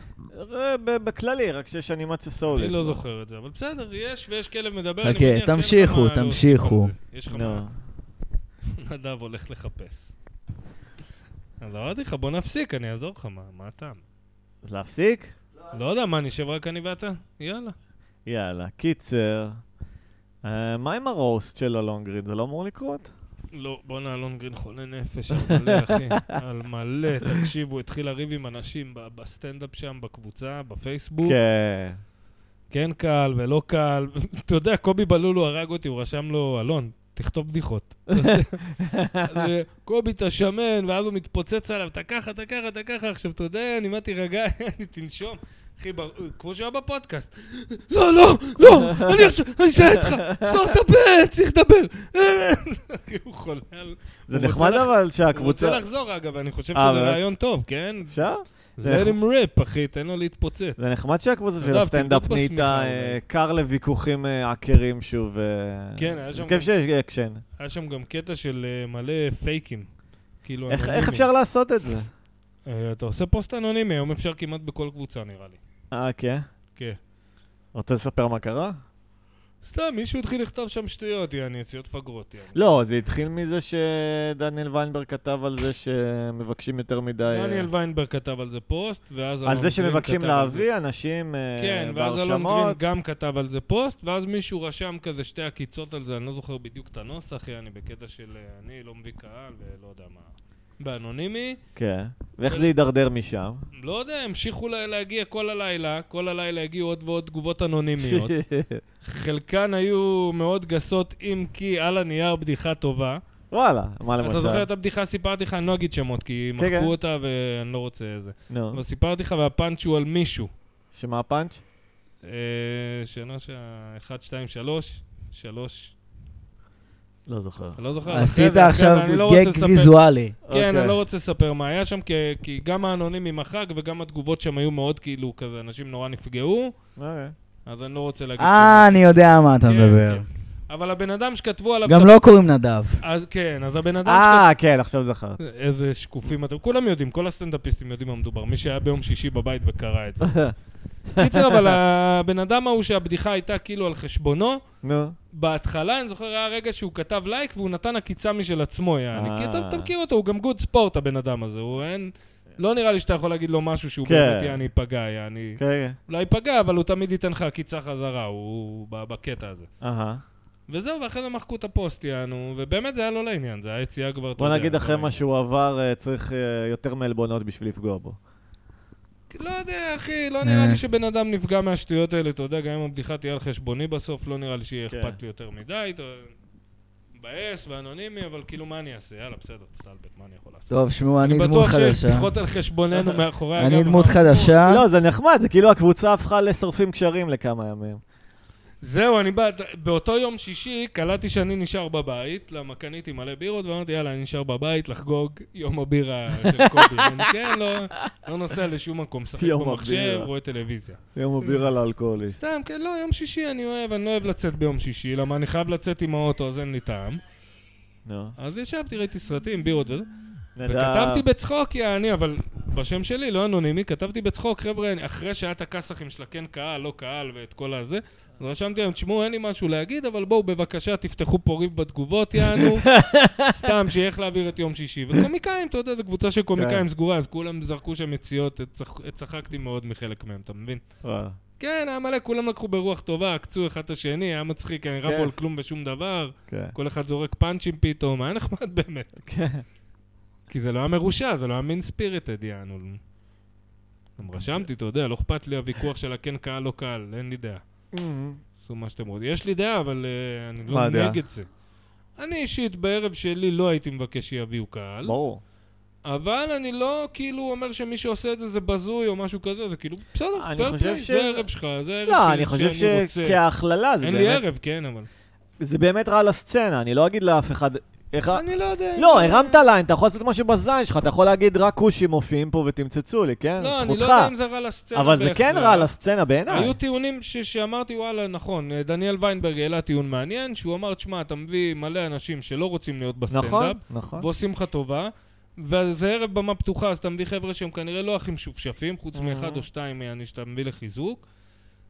אה, ב- בכללי, רק שיש אנימציה סאולית.
אני לא זוכר את זה, אבל בסדר, יש, ויש כלב מדבר.
חכה,
אני מניח שאין לך
תמשיכו,
מה להוסיף
תמשיכו.
על זה. יש לך
נו.
מה... נדב הולך לחפש. אז אמרתי לך, בוא נפסיק, אני אעזור לך, מה מה הטעם?
אז להפסיק?
לא יודע, מה, נשב רק אני ואתה? יאללה.
יאללה, קיצר. אה, מה עם הרוסט של הלונגריד? זה לא אמור לקרות?
לא, בואנה, אלון גרין חולה נפש על מלא, אחי. על מלא, תקשיבו, התחיל לריב עם אנשים ב- בסטנדאפ שם, בקבוצה, בפייסבוק.
כן.
כן קל ולא קל. אתה יודע, קובי בלולו הרג אותי, הוא רשם לו, אלון, תכתוב בדיחות. אז, אה, קובי, אתה שמן, ואז הוא מתפוצץ עליו, אתה ככה, אתה ככה, אתה ככה, עכשיו, אתה יודע, אני מה תירגע, אני תנשום. אחי, בר- כמו שהיה בפודקאסט. לא, לא, לא, אני עכשיו, אני אשאל איתך, לא תדבר, צריך לדבר. אחי, הוא חולה על...
זה
הוא רוצה
נחמד
לח-
אבל
הוא רוצה
שהקבוצה...
לחזור, אגב, אני חושב
אה,
שזה
באמת?
רעיון טוב, כן?
אפשר? זה
let
נכון.
him rip, אחי, תן לו להתפוצץ.
זה נחמד שהקבוצה של
נדב,
הסטנדאפ
תבדוק
נהייתה
בשמיכה,
אה,
אולי.
קר לוויכוחים אה, עקרים שוב. אה,
כן, היה
זה
שם
כיף
גם-
שיש אקשן.
היה שם גם קטע של אה, מלא פייקים. כאילו,
איך-
אנונימיים.
איך אפשר לעשות את זה?
אה, אתה עושה פוסט אנונימי, היום אפשר כמעט בכל קבוצה נראה לי.
אה, כן?
כן.
רוצה לספר מה קרה?
סתם, מישהו התחיל לכתוב שם שטויות, יעני, יציאות פגרות, יעני.
לא, זה התחיל מזה שדניאל ויינברג כתב על זה שמבקשים יותר מדי... אה,
דניאל ויינברג כתב על זה פוסט, ואז...
על
אלון
זה
גרין
שמבקשים
כתב על זה.
להביא אנשים אה,
כן, ואז אלון גרין
בהרשמות.
גם כתב על זה פוסט, ואז מישהו רשם כזה שתי עקיצות על זה, אני לא זוכר בדיוק את הנוסח, יעני, בקטע של אה, אני לא מביא קהל ולא יודע מה. באנונימי,
כן. ואיך זה הידרדר משם?
לא יודע, המשיכו לה- להגיע כל הלילה, כל הלילה הגיעו עוד ועוד תגובות אנונימיות. חלקן היו מאוד גסות, אם כי על הנייר בדיחה טובה.
וואלה, מה למשל?
אתה זוכר את הבדיחה? סיפרתי לך, אני לא אגיד שמות, כי
כן, כן. אה.
מחקו אותה ואני לא רוצה זה.
נו,
אבל סיפרתי לך, והפאנץ' הוא על מישהו.
שמה הפאנץ'?
אה, שנה שה... 1, 2, 3, 3,
לא זוכר.
אתה לא זוכר?
עשית
בסדר,
עכשיו
כן, אני לא רוצה
גג
לספר-
ויזואלי.
כן,
אוקיי.
אני לא רוצה לספר מה היה שם, כי- כי גם האנונימי מחק וגם התגובות שם היו מאוד כאילו כזה, אנשים נורא נפגעו,
אוקיי.
אז אני לא רוצה להגיד...
אה,
שמות.
אני יודע מה אתה
כן,
מדבר.
כן. אבל הבן אדם שכתבו עליו...
גם לא קוראים נדב.
אז כן, אז הבן אדם שכתבו...
אה, כן, עכשיו זכרתי.
איזה שקופים אתם, כולם יודעים, כל הסטנדאפיסטים יודעים מה מדובר, מי שהיה ביום שישי בבית וקרא את זה. קיצר, אבל הבן אדם ההוא שהבדיחה הייתה כאילו על חשבונו,
נו.
בהתחלה, אני זוכר, היה רגע שהוא כתב לייק והוא נתן עקיצה משל עצמו, יעני.
אה.
כי אתה, אתה מכיר אותו, הוא גם גוד ספורט, הבן אדם הזה, הוא אין... לא נראה לי שאתה יכול להגיד לו משהו שהוא
כן.
באמת יעני ייפגע, יעני...
כן, כן.
אולי ייפגע, אבל הוא תמיד ייתן לך עקיצה חזרה, הוא ב- בקטע הזה.
אהה.
וזהו, ואחרי זה מחקו את הפוסט, יענו, ובאמת זה היה לא לעניין, זה היה יציאה כבר, אתה
בוא
יודע,
נגיד
לא
אחרי מה
לעניין.
שהוא עבר, אה, צריך אה, יותר מעלבונות בשביל לפגוע בו.
לא יודע, אחי, לא נראה
אה.
לי שבן אדם נפגע מהשטויות האלה, אתה יודע, גם אם הבדיחה תהיה על חשבוני בסוף, לא נראה לי שיהיה
כן.
אכפת לי יותר מדי, אתה מבאס ואנונימי, אבל כאילו, מה אני אעשה? יאללה, בסדר, צטלבט, מה אני יכול לעשות?
טוב, שמעו, אני דמות
בטוח שיש
חדשה.
בדיחות אה? על חשבוננו מאחורי הגב.
אני דמות
אמרנו,
חדשה.
לא, זה נחמד, זה כאילו הקבוצה הפכה לשורפים קשרים לכמה ימים.
זהו, אני בא... באותו יום שישי קלטתי שאני נשאר בבית, למה קניתי מלא בירות, ואמרתי, יאללה, אני נשאר בבית לחגוג יום הבירה של קובי. אני כן, לא, לא נוסע לשום מקום, משחק
יום
במחשב,
הבירה.
רואה טלוויזיה.
יום הבירה לאלכוהוליסט.
סתם, כן, לא, יום שישי אני אוהב, אני לא אוהב לצאת ביום שישי, למה אני חייב לצאת עם האוטו, אז אין לי טעם.
נו.
אז ישבתי, ראיתי סרטים, בירות וזה.
נדב.
וכתבתי בצחוק, יא אני, אבל בשם שלי, לא אנונימי, כתבתי בצחוק, חבר'ה, אני- אחרי שהיה את הכסאחים של הכן קהל, לא קהל ואת כל הזה, אז רשמתי להם, תשמעו, אין לי משהו להגיד, אבל בואו בבקשה תפתחו פה ריב בתגובות, יענו, סתם, שיהיה איך להעביר את יום שישי. וקומיקאים, אתה יודע, זו קבוצה של קומיקאים
כן.
סגורה, אז כולם זרקו שם יציאות, הצח- צחקתי מאוד מחלק מהם, אתה מבין?
וואלה.
כן, היה מלא, כולם לקחו ברוח טובה, עקצו אחד את השני, היה מצחיק, אני רב
כיף.
פה על כלום ושום דבר,
כן.
כל אחד זורק פאנצ'ים פתאום, היה נחמד באמת.
כן.
כי זה לא היה מרושע, זה לא היה מין ספיריטד, יענו. גם רשמתי, אתה יודע, לא אכפת לי הוויכוח של הכן קהל לא קהל, אין לי דעה.
Mm-hmm.
עשו מה שאתם רוצים. יש לי דעה, אבל אה, אני
מה
לא
הדעה?
נגד זה. אני אישית, בערב שלי לא הייתי מבקש שיביאו קהל,
ברור.
אבל אני לא כאילו אומר שמי שעושה את זה זה בזוי או משהו כזה, זה כאילו, בסדר,
אני
fair
חושב
play,
ש-
זה הערב שלך, זה הערב
לא,
שלי,
אני חושב
שאני רוצה.
שכהכללה זה
אין לי
באמת...
ערב, כן, אבל...
זה באמת רע לסצנה, אני לא אגיד לאף אחד... איך ה-
אני לא יודע.
לא, הרמת ליין, אתה יכול לעשות משהו בזין שלך, אתה יכול להגיד רק כושים מופיעים פה ותמצצו לי, כן?
לא, אני לא
זכותך.
יודע אם זה רע לסצנה.
אבל זה
ואיך
כן רע לסצנה בעיניי.
היו טיעונים ש- שאמרתי, וואלה, נכון, דניאל ויינברג העלה טיעון מעניין, שהוא אמר, תשמע, אתה מביא מלא אנשים שלא רוצים להיות בסטנדאפ,
נכון, נכון.
ועושים לך טובה, וזה ערב במה פתוחה, אז אתה מביא חבר'ה שהם כנראה לא הכי משופשפים,
אה.
חוץ מאחד או שתיים יעני שאתה מביא לחיזוק,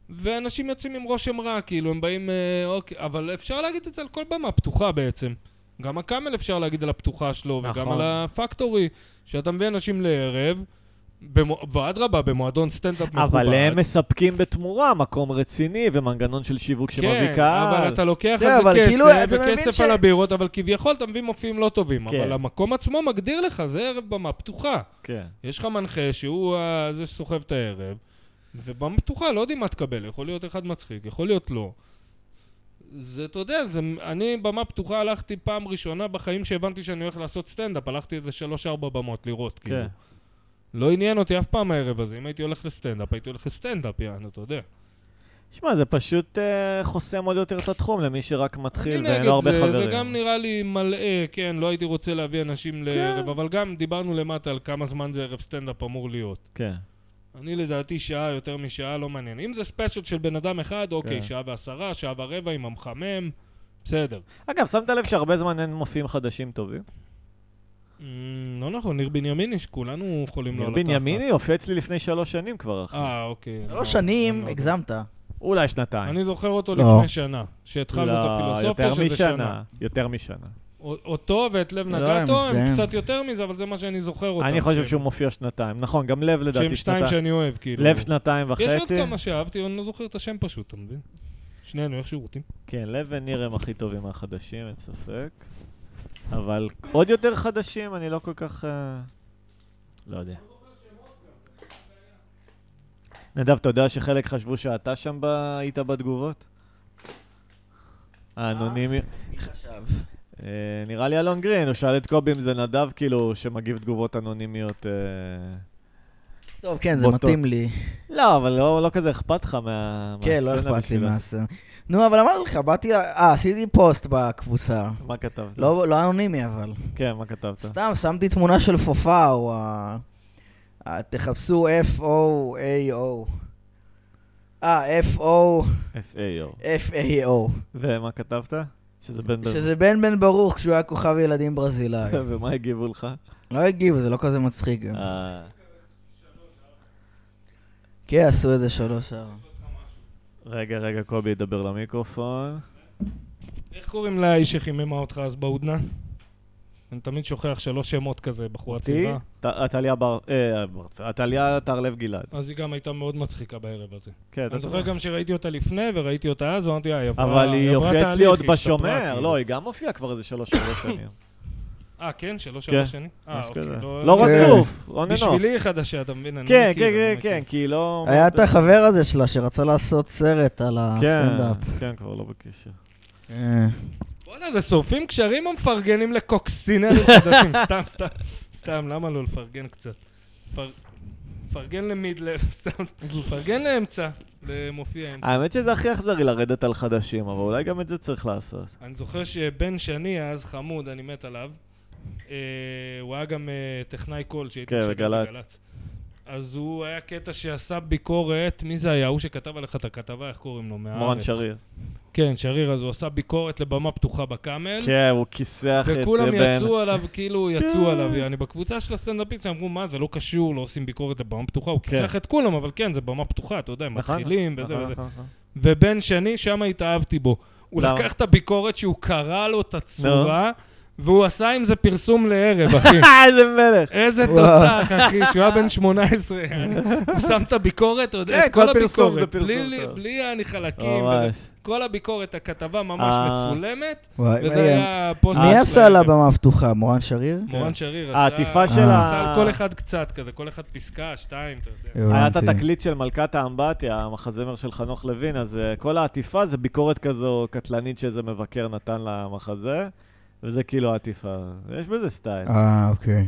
ואנשים יוצאים עם רושם רע, כאילו, הם באים, אה, אוקיי, אבל אפשר להגיד את זה על כל במה פתוחה בעצם. גם הקאמל אפשר להגיד על הפתוחה שלו, וגם
נכון.
על הפקטורי, שאתה מביא אנשים לערב, במו- ואדרבה, במועדון סטנדאפ מכובד.
אבל הם מספקים בתמורה מקום רציני ומנגנון של שיווק שמביא קהל.
כן, אבל אתה לוקח
זהו,
על זה
אבל
כסף,
כאילו, אתה מבין
וכסף
ש-
על הבירות, אבל כביכול אתה מביא מופיעים לא טובים.
כן.
אבל המקום עצמו מגדיר לך, זה ערב במה פתוחה.
כן.
יש לך מנחה שהוא אה, זה שסוחב את הערב, ובמה פתוחה לא יודעים מה תקבל, יכול להיות אחד מצחיק, יכול להיות לא. זה, אתה יודע, זה, אני במה פתוחה הלכתי פעם ראשונה בחיים שהבנתי שאני הולך לעשות סטנדאפ, הלכתי איזה שלוש-ארבע במות לראות, כאילו.
כן.
לא עניין אותי אף פעם הערב הזה, אם הייתי הולך לסטנדאפ, הייתי הולך לסטנדאפ, יענו, אתה יודע.
שמע, זה פשוט אה, חוסם עוד יותר את התחום למי שרק מתחיל
אני
ואין
נגד
לו הרבה
זה,
חברים. כן.
זה גם נראה לי מלאה, כן, לא הייתי רוצה להביא אנשים לערב, אבל גם דיברנו למטה על כמה זמן זה ערב סטנדאפ אמור להיות.
כן.
אני לדעתי שעה, יותר משעה, לא מעניין. אם זה ספיישל של בן אדם אחד, אוקיי,
כן.
שעה ועשרה, שעה ורבע עם המחמם, בסדר.
אגב, שמת לב שהרבה זמן אין מופיעים חדשים טובים?
אמ, לא נכון, ניר בנימיני, שכולנו חולים לו
ניר
על
בנימיני הופיע אצלי לפני שלוש שנים כבר, אחי.
לא, אה, אוקיי. לא,
שלוש שנים,
אני לא יודע.
הגזמת.
אולי שנתיים.
אני זוכר אותו
לא.
לפני שנה, שהתחלנו את הפילוסופיה
אה. לא, יותר
שזה שנה.
משנה. יותר משנה.
אותו ואת לב
לא,
נגטו, הם
הם מזדהים.
קצת יותר מזה, אבל זה מה שאני זוכר אותם.
אני חושב
שהם-
שהוא מופיע שנתיים. נכון, גם לב
שהם
לדעתי
שתיים
שנתיים.
שאני אוהב, כאילו.
לב שנתיים וחצי.
יש עוד כמה שאהבתי, אני לא זוכר את השם פשוט, אתה מבין? שנינו, איך שירותים.
כן, לב וניר הם הכי טובים מהחדשים, אין ספק. אבל עוד יותר חדשים, אני לא כל כך... אה, לא יודע. נדב, אתה יודע שחלק חשבו שאתה שם ב... היית בתגובות? האנונימי... אה, נראה לי אלון גרין, הוא שאל את קובי אם זה נדב, כאילו, שמגיב תגובות אנונימיות. אה,
טוב, כן, זה
בוטות.
מתאים לי.
לא, אבל לא לא כזה אכפת לך מה...
כן, לא
מהסצנה
אכפת לי
בשביל הס-
מהסצנה. נו, אבל אמרתי לך, באתי... אה, עשיתי פוסט בקבוצה.
מה כתבת?
לא לא אנונימי, אבל.
כן, מה כתבת?
סתם, שמתי תמונה של פופאו. ה- ה- תחפשו F-O-A-O. אה, F-O,
F-A-O.
F-A-O.
ומה כתבת? שזה בן בן...
שזה בן בן ברוך כשהוא היה כוכב ילדים ברזילאי.
ומה הגיבו לך?
לא הגיבו, זה לא כזה מצחיק. גם.
אה,
כן, עשו את זה שלוש ארבע.
רגע, רגע, קובי ידבר למיקרופון.
איך קוראים לאיש שחיממה אותך אז בהודנה? אני תמיד שוכח שלוש שמות כזה, בחורה
אותי?
צעירה.
ט- עטליה בר... אה, בר- עטליה טרלב גלעד.
אז היא גם הייתה מאוד מצחיקה בערב הזה.
כן, אתה
אני זוכר
צודק.
גם שראיתי אותה לפני וראיתי אותה אז, ואמרתי, אה, היא עברה
אבל היא
עברה
הופיעה אצלי
תהליך,
עוד
היא השתפרה,
בשומר.
כאילו.
לא, היא גם הופיעה כבר איזה שלוש שלוש שנים.
אה, כן? שלוש
כן,
שנה שני? אה,
משהו
אוקיי.
כזה.
לא-
לא
כן.
רצוף, און אנוך.
בשבילי היא חדשה, אתה מבין? אני לא
כן,
מכיר,
כן,
אני
כן,
לא
כן,
מכיר.
כי היא לא...
היה את החבר הזה שלה שרצה לעשות סרט על הסטנדאפ.
כן, כן, כבר לא בקשר.
אה.
כן.
בואנה, זה שורפים קשרים או מפרגנים לקוקסינרים חדשים? סתם, סתם, סתם, למה לא לפרגן קצת? פר- פרגן למידלב, סתם, פרגן לאמצע, למופיע אמצע.
האמת שזה הכי אכזרי לרדת על חדשים, אבל אולי גם את זה צריך לעשות.
אני זוכר שבן שני אז, חמוד, אני מת עליו, אה, הוא היה גם אה, טכנאי קול שהייתי
כן,
משדר
בגל"צ.
אז הוא היה קטע שעשה ביקורת, מי זה היה? הוא שכתב עליך את הכתבה, איך קוראים לו? מהארץ.
מורן שריר.
כן, שריר, אז הוא עשה ביקורת לבמה פתוחה בקאמל.
כן, הוא כיסח את...
וכולם
בן- אה,
יצאו עליו, כאילו יצאו
כן.
עליו, יעני, בקבוצה של הסטנדאפיסטים אמרו, מה, זה לא קשור, לא עושים ביקורת לבמה פתוחה, הוא כיסח את כולם, אבל כן, זה במה פתוחה, אתה יודע, הם
נכון,
מתחילים, וזה
נכון,
וזה.
נכון, נכון.
ובן שני, שם התאהבתי בו. הוא
למה?
לקח את הביקורת שהוא קרא לו את הצורה, והוא עשה עם זה פרסום לערב, אחי.
אה, איזה מלך!
איזה
וואו.
תותח, אחי, שהוא היה בן 18. הוא שם את הביקורת, אתה יודע,
כן,
את כל
כל פרסום זה
הביקורת. בלי-
פרסום טוב.
בלי יעני חלקים,
ממש.
כל הביקורת, הכתבה ממש
אה.
מצולמת,
וואי,
וזה
מי-
היה פוסט...
מי
של
עשה על
הערב.
הבמה הפתוחה? מורן שריר?
כן.
מורן שריר עשה...
העטיפה של
אה.
ה...
עשה כל אחד קצת כזה, כל אחד פסקה, שתיים, אתה יודע.
היה את
לא הבנתי.
התקליט של מלכת האמבטיה, המחזמר של חנוך לוין, אז אה, כל העטיפה זה ביקורת כזו קטלנית שאיזה מבקר נתן למחזה, וזה כאילו העטיפה. יש בזה סטייל.
אה, אוקיי.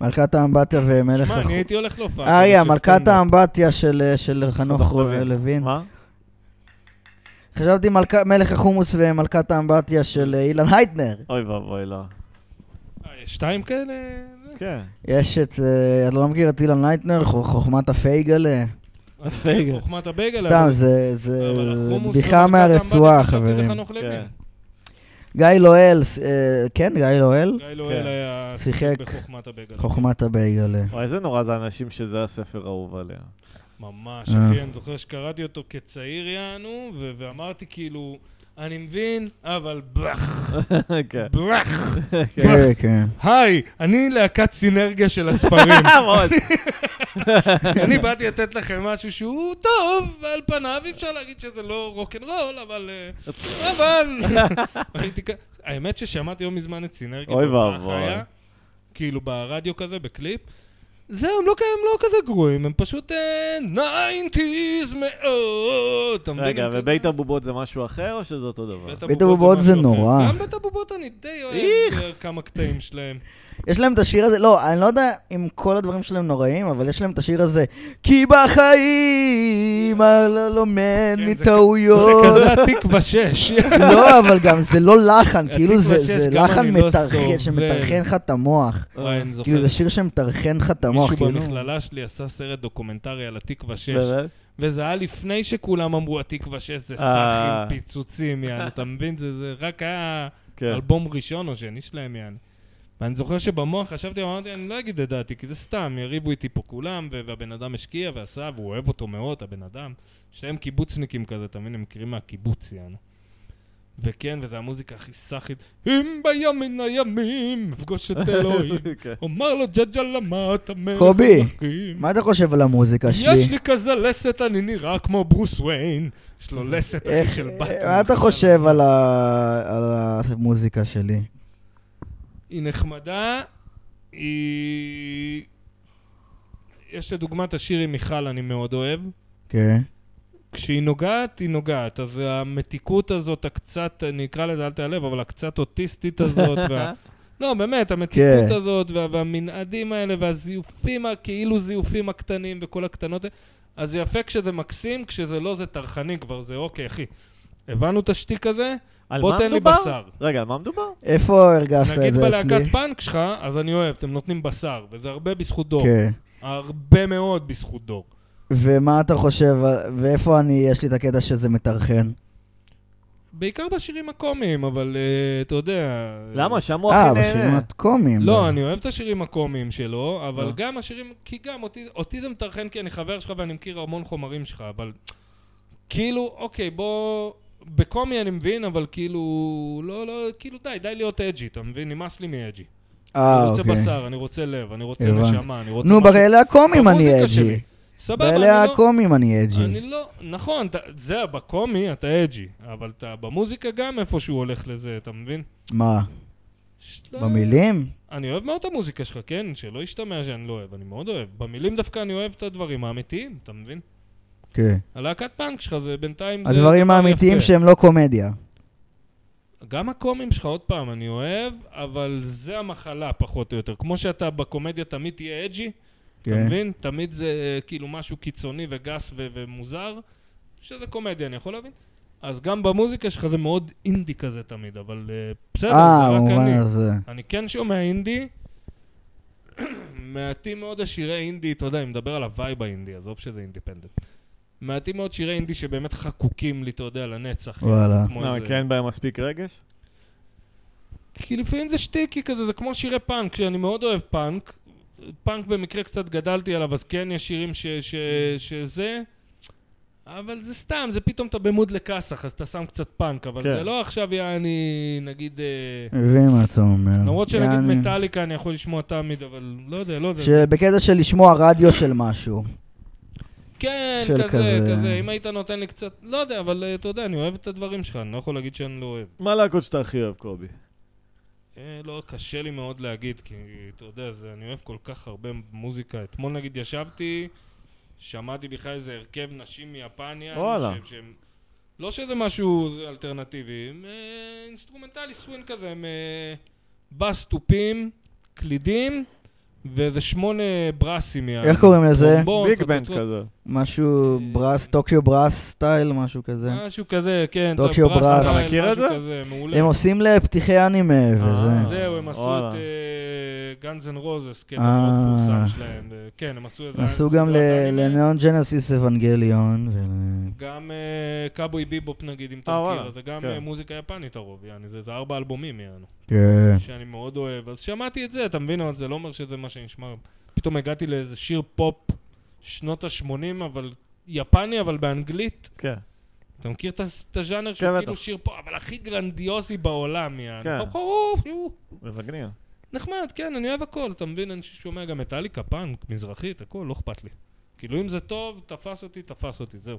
מלכת האמבטיה ומלך
שמע, אני
החור.
הייתי הולך להופעה.
אה,
כזאת
היא
של
מלכת
סטנדאפ.
האמבטיה של אה, של חנוך
חנוך לוין.
לוין.
מה?
חשבתי מלכה- מלך החומוס ומלכת האמבטיה של אה, אילן הייטנר.
אוי ואבוי, לא.
אה, יש שתיים כאלה?
כן.
יש את, אה, אתה לא מכיר את אילן הייטנר? חוכ- חוכמת הפייגלה?
בסדר.
חוכמת הבייגל.
סתם,
כן, אבל-
זה זה-
אבל החומוס לא
בדיחה
ומלכת האמבטיה,
מהרצועה,
חשבתי זה
חברים.
חנוך לוין.
כן.
גיא לואל, ס- אה, כן, גיא לואל?
גיא לואל
כן.
היה
שיחק.
בחוכמת הבייגל.
חוכמת אה. הבייגלה.
וואי, איזה נורא זה אנשים שזה הספר האהוב עליהם.
ממש,
אה.
אחי, אני זוכר שקראתי אותו כצעיר יענו, ו- ואמרתי כאילו, אני מבין, אבל בלח,
כן.
בלח.
אוקיי.
כן, כן.
היי, אני להקת סינרגיה של הספרים.
אה, מאוד.
אני באתי לתת לכם משהו שהוא טוב, ועל פניו אי אפשר להגיד שזה לא רוקנרול, אבל... אה, אבל... הייתי כ- האמת ששמעתי לא מזמן את סינרגיה.
אוי
בהופעה
ואבוי.
חיה, כאילו ברדיו כזה, בקליפ. זהו, הם לא, כ- הם לא כזה גרועים, הם פשוט אה, ניינטיז מאוד. אתה מבין?
רגע,
הם כזה-
ובית הבובות זה משהו אחר, או שזה אותו דבר?
בית
בית הבובות זה
משהו אחר.
נורא.
גם בית הבובות אני די אוהב
איך.
כמה קטעים שלהם.
יש להם את השיר הזה, לא, אני לא יודע אם כל הדברים שלהם נוראים, אבל יש להם את השיר הזה, כי בחיים אני
כן,
לומד
זה כ- זה
מטעויות.
כזה התקווה שש.
לא, אבל גם זה לא לחן, כאילו זה-
התקווה
זה
שש, גם
לחן
אני לא
מטרחן,
סובל.
שמטרחן לך את המוח.
וואי, אני זוכר.
כאילו זה שיר שמטרחן לך את המוח,
מישהו
כאילו.
במכללה שלי עשה סרט דוקומנטרי על התקווה 6,
באמת?
וזה היה לפני שכולם אמרו התקווה 6 זה סך
אה.
עם פיצוצים, יענו, אתה מבין? זה זה רק היה
כן.
אלבום ראשון או שני שלהם, יענו. ואני זוכר שבמוח חשבתי, אמרתי, אני לא אגיד את דעתי, כי זה סתם, יריבו איתי פה כולם, ו- והבן אדם השקיע ועשה, והוא אוהב אותו מאוד, הבן אדם. שניהם קיבוצניקים כזה, אתה מבין? הם מכירים מהקיבוץ, יענו. וכן, וזו המוזיקה הכי סאחית. אם בים מן הימים, אפגוש את אלוהים.
כן.
אומר לו ג'ג'ה למה אתה מלך
קובי,
המלכים?"
מה אתה חושב על המוזיקה
יש
שלי?
לי כזה לסת, אני נראה כמו ברוס וויין. יש לו לסת אחי
איך, אה,
של בת.
מה אתה חושב על ה- על המוזיקה שלי?
היא נחמדה, היא... יש לדוגמה את השיר עם מיכל, אני מאוד אוהב.
כן.
כשהיא נוגעת, היא נוגעת. אז המתיקות הזאת, הקצת, אני אקרא לזה, אל תיעלב, אבל הקצת אוטיסטית הזאת, וה... לא, באמת, המתיקות
כן.
הזאת, וה... והמנעדים האלה, והזיופים, הכאילו זיופים הקטנים, וכל הקטנות האלה, אז זה יפה כשזה מקסים, כשזה לא, זה טרחני כבר, זה אוקיי, אחי. הבנו את השטיק הזה?
על
בוא
מה
תן לי
מדובר?
בשר. אה.
רגע, על מה מדובר?
איפה הרגשת
נגיד
את זה אצלי?
בלהקת פאנק שלך, אז אני אוהב, אתם נותנים בשר, וזה הרבה בזכות דור.
כן.
הרבה מאוד בזכות דור.
ומה אתה חושב, ואיפה אני, יש לי את הקטע שזה מטרחן?
בעיקר בשירים הקומיים, אבל אה, אתה יודע...
למה? שם הוא
אה,
הכי
בשירים
נהנה.
הקומיים.
לא, אני אוהב את השירים הקומיים שלו,
אה.
לא.
אבל גם השירים... כי גם אותי- אותי זה מטרחן כי אני חבר שלך ואני מכיר המון חומרים שלך, אבל... כאילו, אוקיי, בוא... בקומי אני מבין, אבל כאילו... לא, לא, כאילו די, די להיות אג'י, אתה מבין? נמאס לי מאג'י. אני
אה,
רוצה
אוקיי.
בשר, אני רוצה לב, אני רוצה
הבנתי.
נשמה, אני רוצה
נו,
משהו-
באלה הקומיים אני
במוזיקה
אג'י.
שלי. סבבה, אני
באלה
לא...
הקומיים אני
אני
אג'י.
לא, נכון, אתה- זה בקומי, אתה אג'י, אבל אתה במוזיקה גם איפשהו הולך לזה, אתה מבין? לא,
מה,
שלא-
במילים?
אני אוהב מאוד את המוזיקה שלך, כן? שלא ישתמע שאני לא אוהב, אני מאוד אוהב. במילים דווקא אני אוהב את הדברים האמיתיים, אתה מבין?
כן.
הלהקת פאנק שלך זה בינתיים... זה
הדברים
דבר
האמיתיים
יפה.
שהם לא קומדיה.
גם הקומים שלך, עוד פעם, אני אוהב, אבל זה המחלה, פחות או יותר. כמו שאתה בקומדיה תמיד תהיה אג'י, אתה
כן.
מבין? תמיד זה אה, כאילו משהו קיצוני וגס ו- ומוזר, שזה קומדיה, אני יכול להבין. אז גם במוזיקה שלך זה מאוד אינדי כזה תמיד, אבל אה, בסדר,
אה,
זה רק
במובן
אני.
הזה.
אני כן שומע אינדי, מעטים מאוד השירי אינדי, אתה יודע, אני מדבר על הווייב האינדי, עזוב שזה אינדיפנדנט. מעטים מאוד שירי אינדי שבאמת חקוקים לי, אתה יודע, לנצח.
וואלה.
כמו
למה,
איזה-
כי אין בהם מספיק רגש?
כי לפעמים זה שטיקי כזה, זה כמו שירי פאנק, שאני מאוד אוהב פאנק. פאנק במקרה קצת גדלתי עליו, אז כן יש שירים ש, ש, שזה, אבל זה סתם, זה פתאום אתה במוד לכסח, אז אתה שם קצת פאנק, אבל
כן.
כן. זה לא עכשיו יעני, נגיד... אה,
מבין מה אתה אומר.
למרות שנגיד
כן. יעני,
מטאליקה אני יכול לשמוע תמיד, אבל לא יודע, לא יודע.
שבקטע של לשמוע רדיו של משהו.
כן,
של
כזה,
כזה.
כזה, אם היית נותן לי קצת, לא יודע, אבל אה, אתה יודע, אני אוהב את הדברים שלך, אני לא יכול להגיד שאני לא אוהב.
מה הלהקות שאתה הכי אוהב, קובי?
אה, לא, קשה לי מאוד להגיד, כי אתה יודע, זה, אני אוהב כל כך הרבה מוזיקה. אתמול נגיד ישבתי, שמעתי בכלל איזה הרכב נשים מיפניה.
וואלה.
ש, שהם, לא שזה משהו זה אלטרנטיבי, הם אה, אינסטרומנטלי סווין כזה, הם אה, בס, תופים, קלידים, ואיזה שמונה ברסים.
איך קוראים לזה?
טרומבון,
ביג בנד
חצוצרות,
כזה.
משהו
אה.
ברס, טוקיו ברס סטייל, משהו כזה.
משהו כזה, כן.
טוקיו
טוב,
ברס.
סטייל,
אתה מכיר את
משהו
זה?
כזה, מעולה.
הם עושים לפתיחי אנימה
אה,
וזה.
זהו, הם עשו
וואלה.
את אה, גאנז אנד רוזס, קטע
אה.
כן, מאוד מפורסם שלהם. ו- כן, הם עשו את זה.
הם עשו גם ל- לניאון ג'נסיס אבנגליון. ול-
גם אה, קאבוי ביבופ נגיד, אם
אה,
אתה מכיר,
וואלה,
אז זה גם
כן.
אה, מוזיקה יפנית הרוב, יעני, זה זה ארבע אלבומים, יענו,
כן.
שאני מאוד אוהב. אז שמעתי את זה, אתה מבין, אבל זה לא אומר שזה מה שנשמע. פתאום הגעתי לאיזה שיר פופ שנות ה-80, אבל יפני, אבל באנגלית.
כן.
אתה מכיר את ה- את הז'אנר שהוא
בטח.
כאילו שיר פופ, אבל הכי גרנדיוזי בעולם, יעני.
כן.
כן.
זה מגניב.
נחמד, כן, אני אוהב הכל, אתה מבין? אני שומע גם מטאליקה, פאנק, מזרחית, הכל, לא אכפת לי. כאילו, אם זה טוב, תפס אותי, תפס אותי, זהו.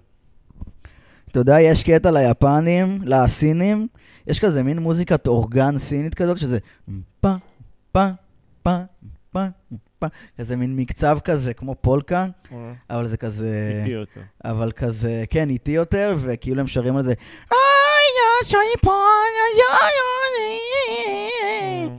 אתה יודע, יש קטע ליפנים, לסינים, יש כזה מין מוזיקת אורגן סינית כזאת, שזה פה, פה, פה, פה, פה, כזה מין מקצב כזה, כמו פולקה,
אה.
אבל זה כזה...
איטי יותר.
אבל כזה, כן, איטי יותר, וכאילו הם שרים על זה. "איי, יא, שוי פה, יא, יא,
אה.
כן.
יא, יא".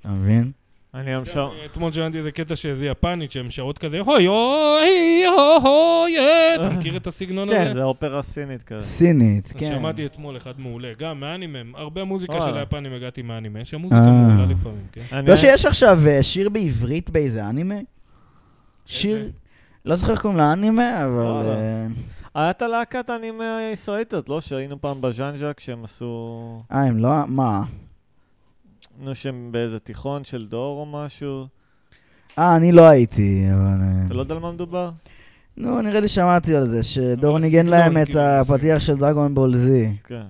אתה מבין?
אני גם שם...
אתמול שמעתי איזה קטע שזה יפנית, שהן שרות כזה, "הוי, אוי, הו, הו, יא", אתה מכיר את הסגנון הזה?
כן, זה אופרה סינית כזה.
סינית,
אז
כן.
שמעתי אתמול אחד מעולה, גם מהאנימה, הרבה מוזיקה
וואלה.
של היפנים הגעתי מהאנימה, יש שם מוזיקה
אה.
מעולה לפעמים, כן?
אני-
לא שיש עכשיו אה, שיר בעברית באיזה אנימה? שיר, לא זוכר איך קוראים לאנימה, אבל...
וואלה.
אה,
הייתה להקת אנימה הישראלית הזאת, לא? שהיינו פעם בז'אנג'ה כשהם עשו...
אה, הם לא... מה?
נו, שהם באיזה תיכון של דור או משהו.
אה, אני לא הייתי, אבל... אה,
אתה לא יודע על מה מדובר?
נו, נראה לי שמעתי על זה, שדור
אבל
ניגן להם
הסגנון,
את
כאילו,
הפתיח של דרגון בול זי.
כן.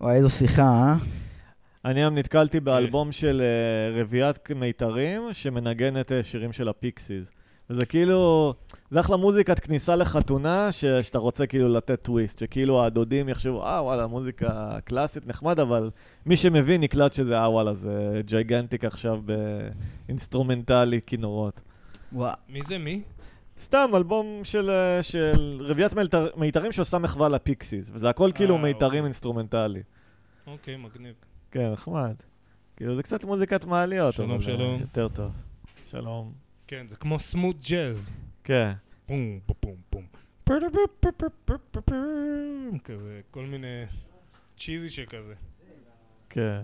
וואי, איזו שיחה, אה?
אני גם נתקלתי באלבום של אה, רביעיית מיתרים שמנגנת אה, שירים של הפיקסיס. וזה כאילו, זה אחלה מוזיקת כניסה לחתונה, ש, שאתה רוצה כאילו לתת טוויסט, שכאילו הדודים יחשבו, אה וואלה, מוזיקה קלאסית נחמד, אבל מי שמבין נקלט שזה, אה וואלה, זה ג'יגנטיק עכשיו באינסטרומנטלי כינורות.
וואו.
מי זה מי?
סתם, אלבום של, אה, של רביעיית מיתר, מיתרים שעושה מחווה לפיקסיס, וזה הכל כאילו
אוקיי.
מיתרים אינסטרומנטלי.
אוקיי, מגניב.
כן, נחמד. כאילו, זה קצת מוזיקת מעליות,
שלום,
אבל אה,
שלום.
יותר טוב. שלום.
כן, זה כמו סמוט ג'אז.
כן.
פום פום פום פום. פרדפפפפפפפפם, כזה, כל מיני צ'יזי שכזה.
כן.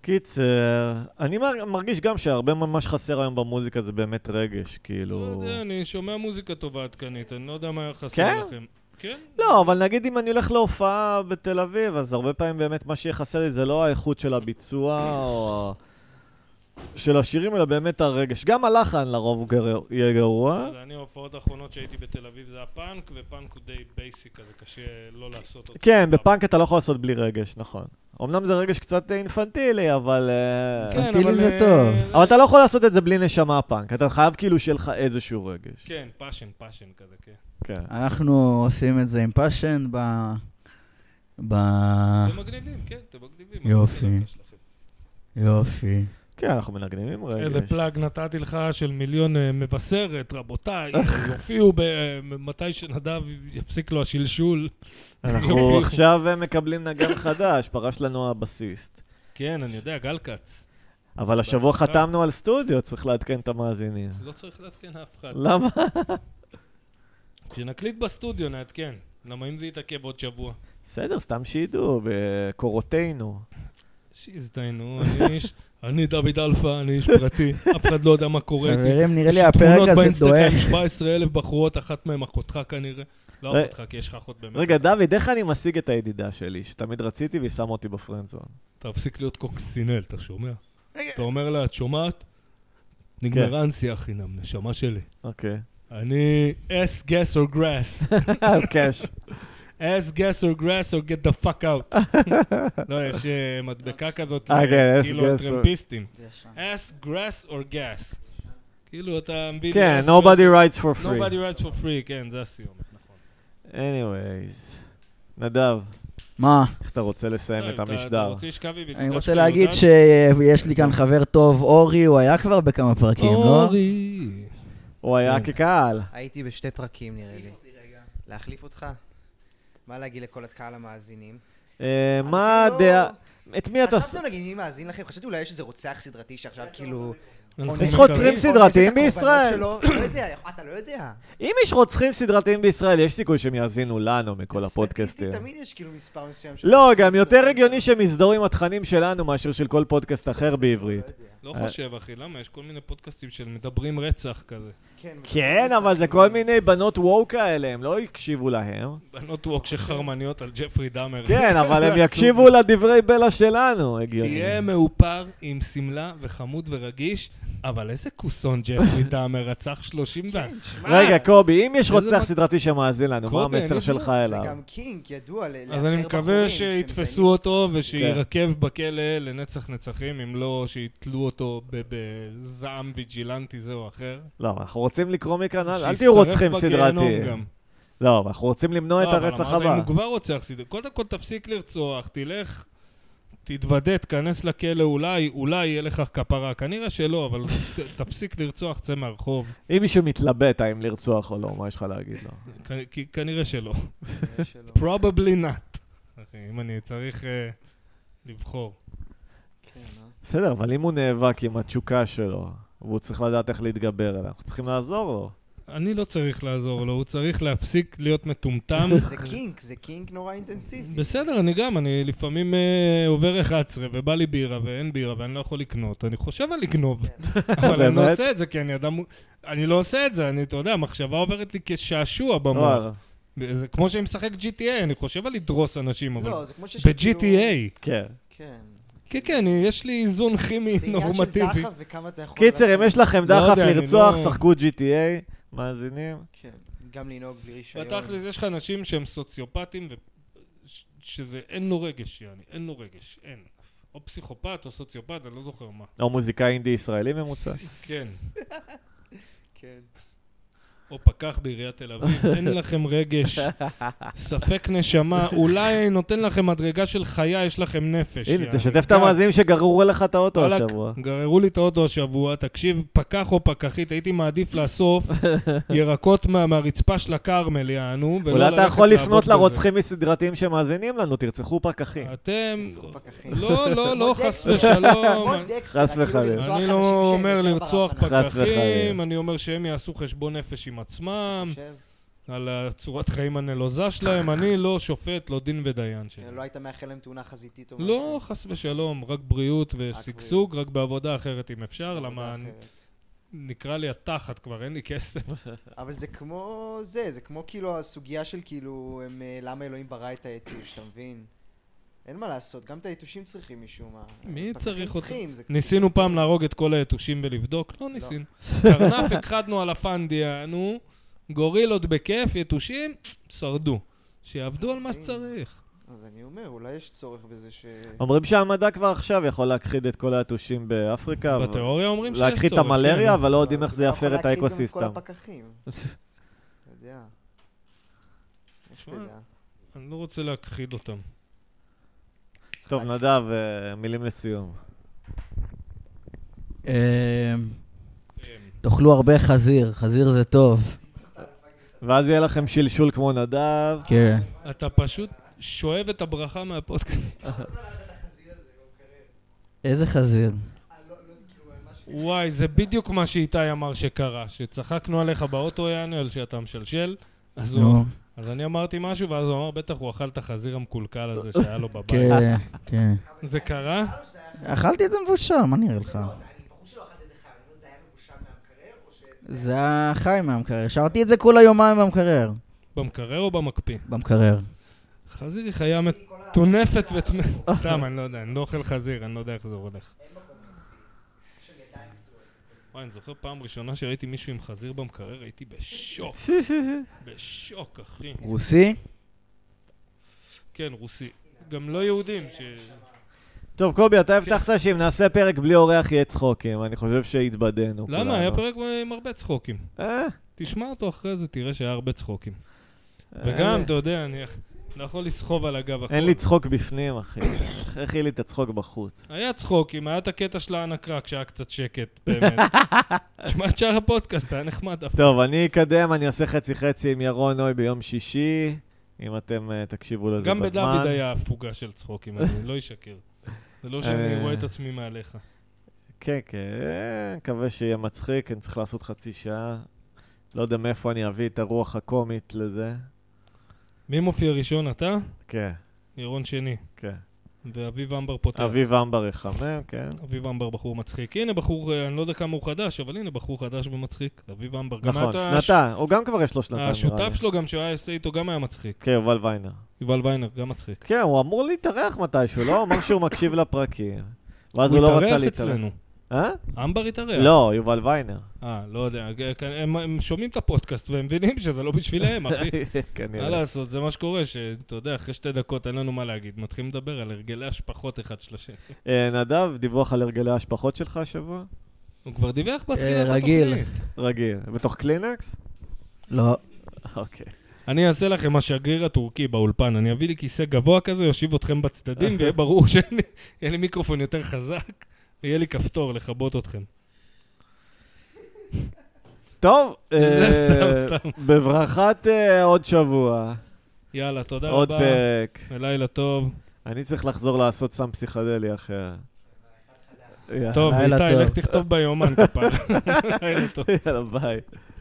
קיצר, אני מר- מרגיש גם שהרבה ממה שחסר היום במוזיקה זה באמת רגש,
לא
כאילו...
יודע, אני שומע מוזיקה טובה עדכנית, אני לא יודע מה היה
כן?
חסר לכם. כן?
לא, אבל נגיד אם אני הולך להופעה בתל אביב, אז הרבה פעמים באמת מה שיהיה חסר לי זה לא האיכות של הביצוע או ה- של השירים, אלא באמת הרגש. גם הלחן לרוב הוא גר- יהיה גרוע.
אני, ההופעות האחרונות שהייתי בתל אביב זה הפאנק, ופאנק הוא די בייסיק כזה, קשה לא לעשות אותו.
כן, בפאנק אתה לא יכול לעשות בלי רגש, נכון. אמנם זה רגש קצת אינפנטילי, אבל... אה,
כן,
פנטילי
אבל,
זה
אה,
טוב.
זה-
אבל אתה לא יכול לעשות את זה בלי נשמה פאנק. אתה חייב כאילו שיהיה לך איזשהו רגש.
כן, פאשן, פאשן כזה, כן.
כן.
אנחנו עושים את זה עם פאשן ב... ב...
אתם מגניבים, כן, אתם מגניבים. אני
יופי.
בדרכה שלכם.
יופי.
כן, אנחנו מנגנים עם רגש.
איזה פלאג נתתי לך של מיליון אה, מבשרת, רבותיי, יופיעו ב- אה, מתי שנדב יפסיק לו השלשול.
אנחנו עכשיו אה, מקבלים נגן חדש, פרש לנו הבסיסט.
כן, אני יודע, גל כץ.
אבל השבוע
בהצלחה.
חתמנו על סטודיו, צריך לעדכן את המאזינים.
לא צריך לעדכן אף אחד.
למה?
כשנקליט בסטודיו נעדכן. למה אם זה יתעכב עוד שבוע?
בסדר, סתם שידעו, בקורותינו.
שיזדיינו, אני איש, אני דוד אלפא, אני איש פרטי, אף אחד לא יודע מה קורה איתי.
חברים, נראה לי
יש לי
הפרק
תמונות
הזה
באינסטגרם,
דועך.
17,000 בחורות, אחת מהן אחותך כנראה.
אה,
לא
ר-
אחותך, כי יש לך אחות באמת.
רגע, דוד, איך אני משיג את הידידה שלי, שתמיד רציתי והיא שמה אותי בפרנדזון?
תפסיק להיות קוקסינל, אתה שומע? אתה אומר לה, את שומעת?
כן.
נגמרה הנסיעה חינם, נשמה שלי.
אוקיי.
אני אס גס או גראס.
קאש.
אס גס או גראס או גט דה פאק אאוט. לא, יש אה, מדבקה כזאת,
אה,
אה,
כן, ask
כאילו
guess or-
הטרמפיסטים. אס גראס או גס. כאילו אתה מבין...
כן,
ask
nobody
grass-
writes for
Nobody
free.
rides for free, כן, זה הסיומת, נכון.
anyways. נדב,
מה?
איך אתה רוצה לסיים
טוב,
את
לא, אתה- אתה
המשדר?
רוצה לשכב עם
אני
ידידה
רוצה
שלך,
להגיד
יודעת?
שיש לי כאן חבר טוב, אורי, הוא היה כבר בכמה פרקים, לא?
אורי.
הוא היה
כן.
כקהל.
הייתי בשתי פרקים נראה לי. להחליף אותך? מה להגיד לכל הקהל המאזינים?
אה, מה
לא-
הדעה... את מי אתה...
חשבתם להגיד מי מאזין לכם? חשבתי אולי יש איזה רוצח סדרתי שעכשיו כאילו...
אנחנו
אונס
יש
את
רוצחים
הקורבנות
סדרתיים
שלו,
בישראל.
לא יודע, אתה לא יודע.
אם יש רוצחים סדרתיים בישראל, יש סיכוי שהם יאזינו לנו מכל הפודקאסטים.
סטטיסטית תמיד יש כאילו מספר מסוים של...
לא,
רוצחים
גם יותר
סדרתיים.
הגיוני שהם יזדהו עם התכנים שלנו מאשר של כל פודקאסט אחר בעברית.
לא יודע.
לא חושב, אחי, למה? יש כל מיני פודקאסטים של מדברים רצח כזה.
כן,
כן, אבל זה כל מיני בנות וואו כאלה, הם לא יקשיבו להם.
בנות ווק שחרמניות על ג'פרי דאמר.
כן, אבל
זה
הם
עצוב.
יקשיבו לדברי בלע שלנו, הגיוני.
תהיה מאופר עם שמלה וחמוד ורגיש, אבל איזה כוסון ג'פרי דאמר רצח 31.
רגע, קובי, אם יש
איזה
רוצח
מג-
סדרתי שמאזין לנו, מה
לא קובי,
המסר
אני-
שלך
כאילו, זה
אליו?
גם קינק, ידוע. ל-
אז
לאתר
אני
בחורים
מקווה שיתפסו
שמזיינים.
אותו ושירקב בכלא לנצח נצחים, אם לא שיתלו אותו ב- בזעם ויג'ילנטי זה או אחר.
לא, אבל אנחנו רוצים לקרוא מכאן, לא, אל אל
שישרף
תהיו רוצחים
בגיהנום
סדרתיים.
גם.
לא, אבל אנחנו רוצים למנוע את
לא, אבל
הרצח
אמרת,
הבא.
אם הוא כבר רוצח סדרתי, קודם כל תפסיק לרצוח, תלך, תתוודה, תיכנס לכלא, אולי, אולי יהיה לך כפרה. כנראה שלא, אבל ת- תפסיק לרצוח, צא מהרחוב.
אם מישהו מתלבט האם לרצוח או לא, מה יש לך להגיד לו?
כ- כי- כנראה שלא.
כנראה שלא.
Probably not. אחי, אם אני צריך אה, לבחור.
כן, אה.
בסדר, אבל אם הוא נאבק עם התשוקה שלו, והוא צריך לדעת איך להתגבר עליה, אנחנו צריכים לעזור לו.
אני לא צריך לעזור לו, הוא צריך להפסיק להיות מטומטם.
אה. זה קינק, זה קינק נורא אינטנסיבי.
בסדר, אני גם, אני לפעמים אה, עובר 11 ובא לי בירה ואין בירה ואני לא יכול לקנות, אני חושב על לגנוב.
כן.
אבל אני
באמת?
לא עושה את זה כי אני אדם... אני לא עושה את זה, אני, אתה יודע, המחשבה עוברת לי כשעשוע במוח.
וואלה.
זה כמו שאני משחק GTA, אני חושב על לדרוס אנשים, אבל...
לא, זה כמו שיש... לך כאילו-
ב-GTA.
כן.
כן.
כן, כן, יש לי איזון כימי
זה עניין של
נורמטיבי.
דחף וכמה אתה יכול...
קיצר,
לעשות.
אם יש לכם
לא
דחף
יודע, אני
לרצוח,
לא-
שחקו GTA, מאזינים.
כן, גם לנהוג בלי רישיון.
בתכלס יש לך אנשים שהם סוציופטים, ו... ש- שזה אין לו רגש, יעני, אין לו רגש, אין. או פסיכופת או סוציופט, אני לא זוכר מה.
או מוזיקאי אינדי ישראלי ממוצע.
כן.
כן.
או פקח בעיריית תל אביב, אין לכם רגש, ספק נשמה, אולי נותן לכם מדרגה של חיה, יש לכם נפש.
הנה,
יעני.
תשתף את
גם-
המאזינים שגררו לך את האוטו
וואלכ,
השבוע.
גררו לי את האוטו השבוע, תקשיב, פקח או פקחית, הייתי מעדיף לאסוף ירקות מה- מהרצפה של הכרמל, יענו, ולא
אולי אתה
ללכת
יכול
לעבוד
לפנות
בזה. אה,
לרוצחים מסדרתיים שמאזינים לנו, תרצחו פקחים.
אתם...
פקחים.
לא, לא, לא,
כמו
חס
דקסטר.
ושלום.
כמו דקסטר,
חס
כאילו
וחלילה.
לרצוח
אני
אנשים שהם
לא אומר
יותר
לרצוח
ברחמנות.
חס וחלילה.
פקחים, אני אומר שהם יעשו חשבון נפש עם עצמם.
חושב,
על הצורת חיים הנלוזה שלהם, אני לא שופט, לא דין ודיין שלי.
לא היית מאחל להם תאונה חזיתית או משהו.
לא, חס ושלום, רק בריאות ושגשוג, רק בעבודה אחרת אם אפשר,
עבודה
למה אני-
אחרת.
נקרע לי התחת כבר, אין לי כסף.
אבל זה כמו זה, זה כמו כאילו הסוגיה של כאילו, הם, אה, למה אלוהים ברא את היתוש, אתה מבין? אין מה לעשות, גם את היתושים צריכים משום מה.
מי
הפקחים
צריך אותם?
צריכים, זה כאילו-
ניסינו פעם להרוג את כל היתושים ולבדוק? לא ניסינו. קרנף הכחדנו על הפנדיה, נו, גורילות בכיף, יתושים, שרדו. שיעבדו על מה שצריך.
אז אני אומר, אולי יש צורך בזה ש...
אומרים שהמדע כבר עכשיו יכול להכחיד את כל היתושים באפריקה. אבל-
בתיאוריה אומרים שיש צורך.
להכחיד את
כן.
המלריה, אבל לא יודעים
אבל
איך
אתה
זה
לא יכול
יפר את
להכחיד גם
האקוסיסטם.
את כל הפקחים. אתה יודע. איך
שמע.
תדע?
אני לא רוצה להכחיד אותם.
טוב, נדב, אה, מילים לסיום.
אמ, תאכלו הרבה חזיר, חזיר זה טוב.
ואז יהיה לכם שלשול כמו נדב.
כן.
אתה פשוט שואב את הברכה מהפודקאסט.
איזה חזיר?
וואי, זה בדיוק מה שאיתי אמר שקרה, שצחקנו עליך באוטו, יענו, על שאתה משלשל. אז הוא-
נו,
אז אני אמרתי משהו, ואז הוא אמר, בטח הוא אכל את החזיר המקולקל הזה שהיה לו בבית.
כן, כן.
זה קרה?
אכלתי את זה מבושל, מה נראה לך? זה היה חי מהמקרר, שרתי את זה כולה יומיים במקרר.
במקרר או במקפיא?
במקרר.
חזיר היא חיה מטונפת וטמאה. סתם, אני לא יודע, אני לא אוכל חזיר, אני לא יודע איך זה הולך. וואי, אני זוכר פעם ראשונה שראיתי מישהו עם חזיר במקרר, הייתי בשוק. כן. בשוק, אחי.
רוסי?
כן, רוסי. גם לא יהודים, ש...
טוב, קובי,
כן.
אתה הבטחת שאם נעשה פרק בלי אורח יהיה צחוקים, אני חושב שהתבדינו. כולנו.
למה? היה פרק עם הרבה צחוקים.
אה,
תשמע אותו אחרי זה, תראה שהיה הרבה צחוקים.
אין
וגם,
לי-
אתה יודע, אני לא יכול לסחוב על הגב הכול.
אה, אין לי צחוק בפנים, אחי. איך- איך יהיה לי את הצחוק בחוץ?
היה צחוקים, היה את הקטע של האנקרק שהיה קצת שקט, באמת. תשמע את שאר הפודקאסט, היה נחמד. דווקא.
טוב, אני אקדם, אני אעשה חצי-חצי עם ירון נוי ביום שישי, אם אתם אה, תקשיבו לזה
גם
בזמן.
בדוד היה הפוגה של צחוקים, אני לא אשקר. זה לא שאני
אה.
רואה את עצמי מעליך.
כן, כן, מקווה שיהיה מצחיק, אני צריך לעשות חצי שעה. לא יודע מאיפה אני אביא את הרוח הקומית לזה.
מי מופיע ראשון, אתה?
כן,
ירון שני.
כן.
ואביב אמבר פותח.
אביב אמבר יחמם, כן.
אביב אמבר בחור מצחיק. הנה בחור, אה, אני לא יודע כמה הוא חדש, אבל הנה בחור חדש ומצחיק. אביב אמבר. גם
נכון,
אתה-
שנתה, הוא גם כבר יש לו שנתיים נראה
השותף
לי.
שלו גם שהיה עושה איתו גם היה מצחיק.
כן, יובל ויינר.
יובל ויינר, גם מצחיק.
כן, הוא אמור להתארח מתישהו, לא? הוא אמר שהוא מקשיב לפרקים. ואז הוא לא רצה
התארח
להתארח.
אצלנו.
אה?
אמבר התארח.
לא, יובל ויינר.
אה, לא יודע. כ- הם- הם שומעים את הפודקאסט והם מבינים שזה לא בשבילם, אחי. מה
כנראה.
לעשות, זה מה שקורה, שאתה יודע, אחרי שתי דקות אין לנו מה להגיד, מתחילים לדבר על הרגלי השפחות אחד של השני.
אה, נדב, דיווח על הרגלי ההשפחות שלך השבוע?
הוא כבר דיווח בתחילת
אה, רגיל.
התוכנית.
רגיל. בתוך קלינקס?
לא.
אוקיי.
אני אעשה לכם השגריר הטורקי באולפן, אני אביא לי כיסא גבוה כזה, יושיב אתכם בצדדים, ויהיה ברור שאני- יהיה לי מיקרופון יותר חזק, ויהיה לי כפתור לכבות אתכם.
טוב,
זה
אה,
סתם, סתם.
בברכת אה, עוד שבוע,
יאללה, תודה
עוד
רבה,
פרק.
ולילה טוב.
אני צריך לחזור לעשות סם פסיכדלי אחר.
טוב,
לילה
איתי,
טוב.
לך תכתוב ביומן, כפר. לילה טוב.
יאללה, ביי.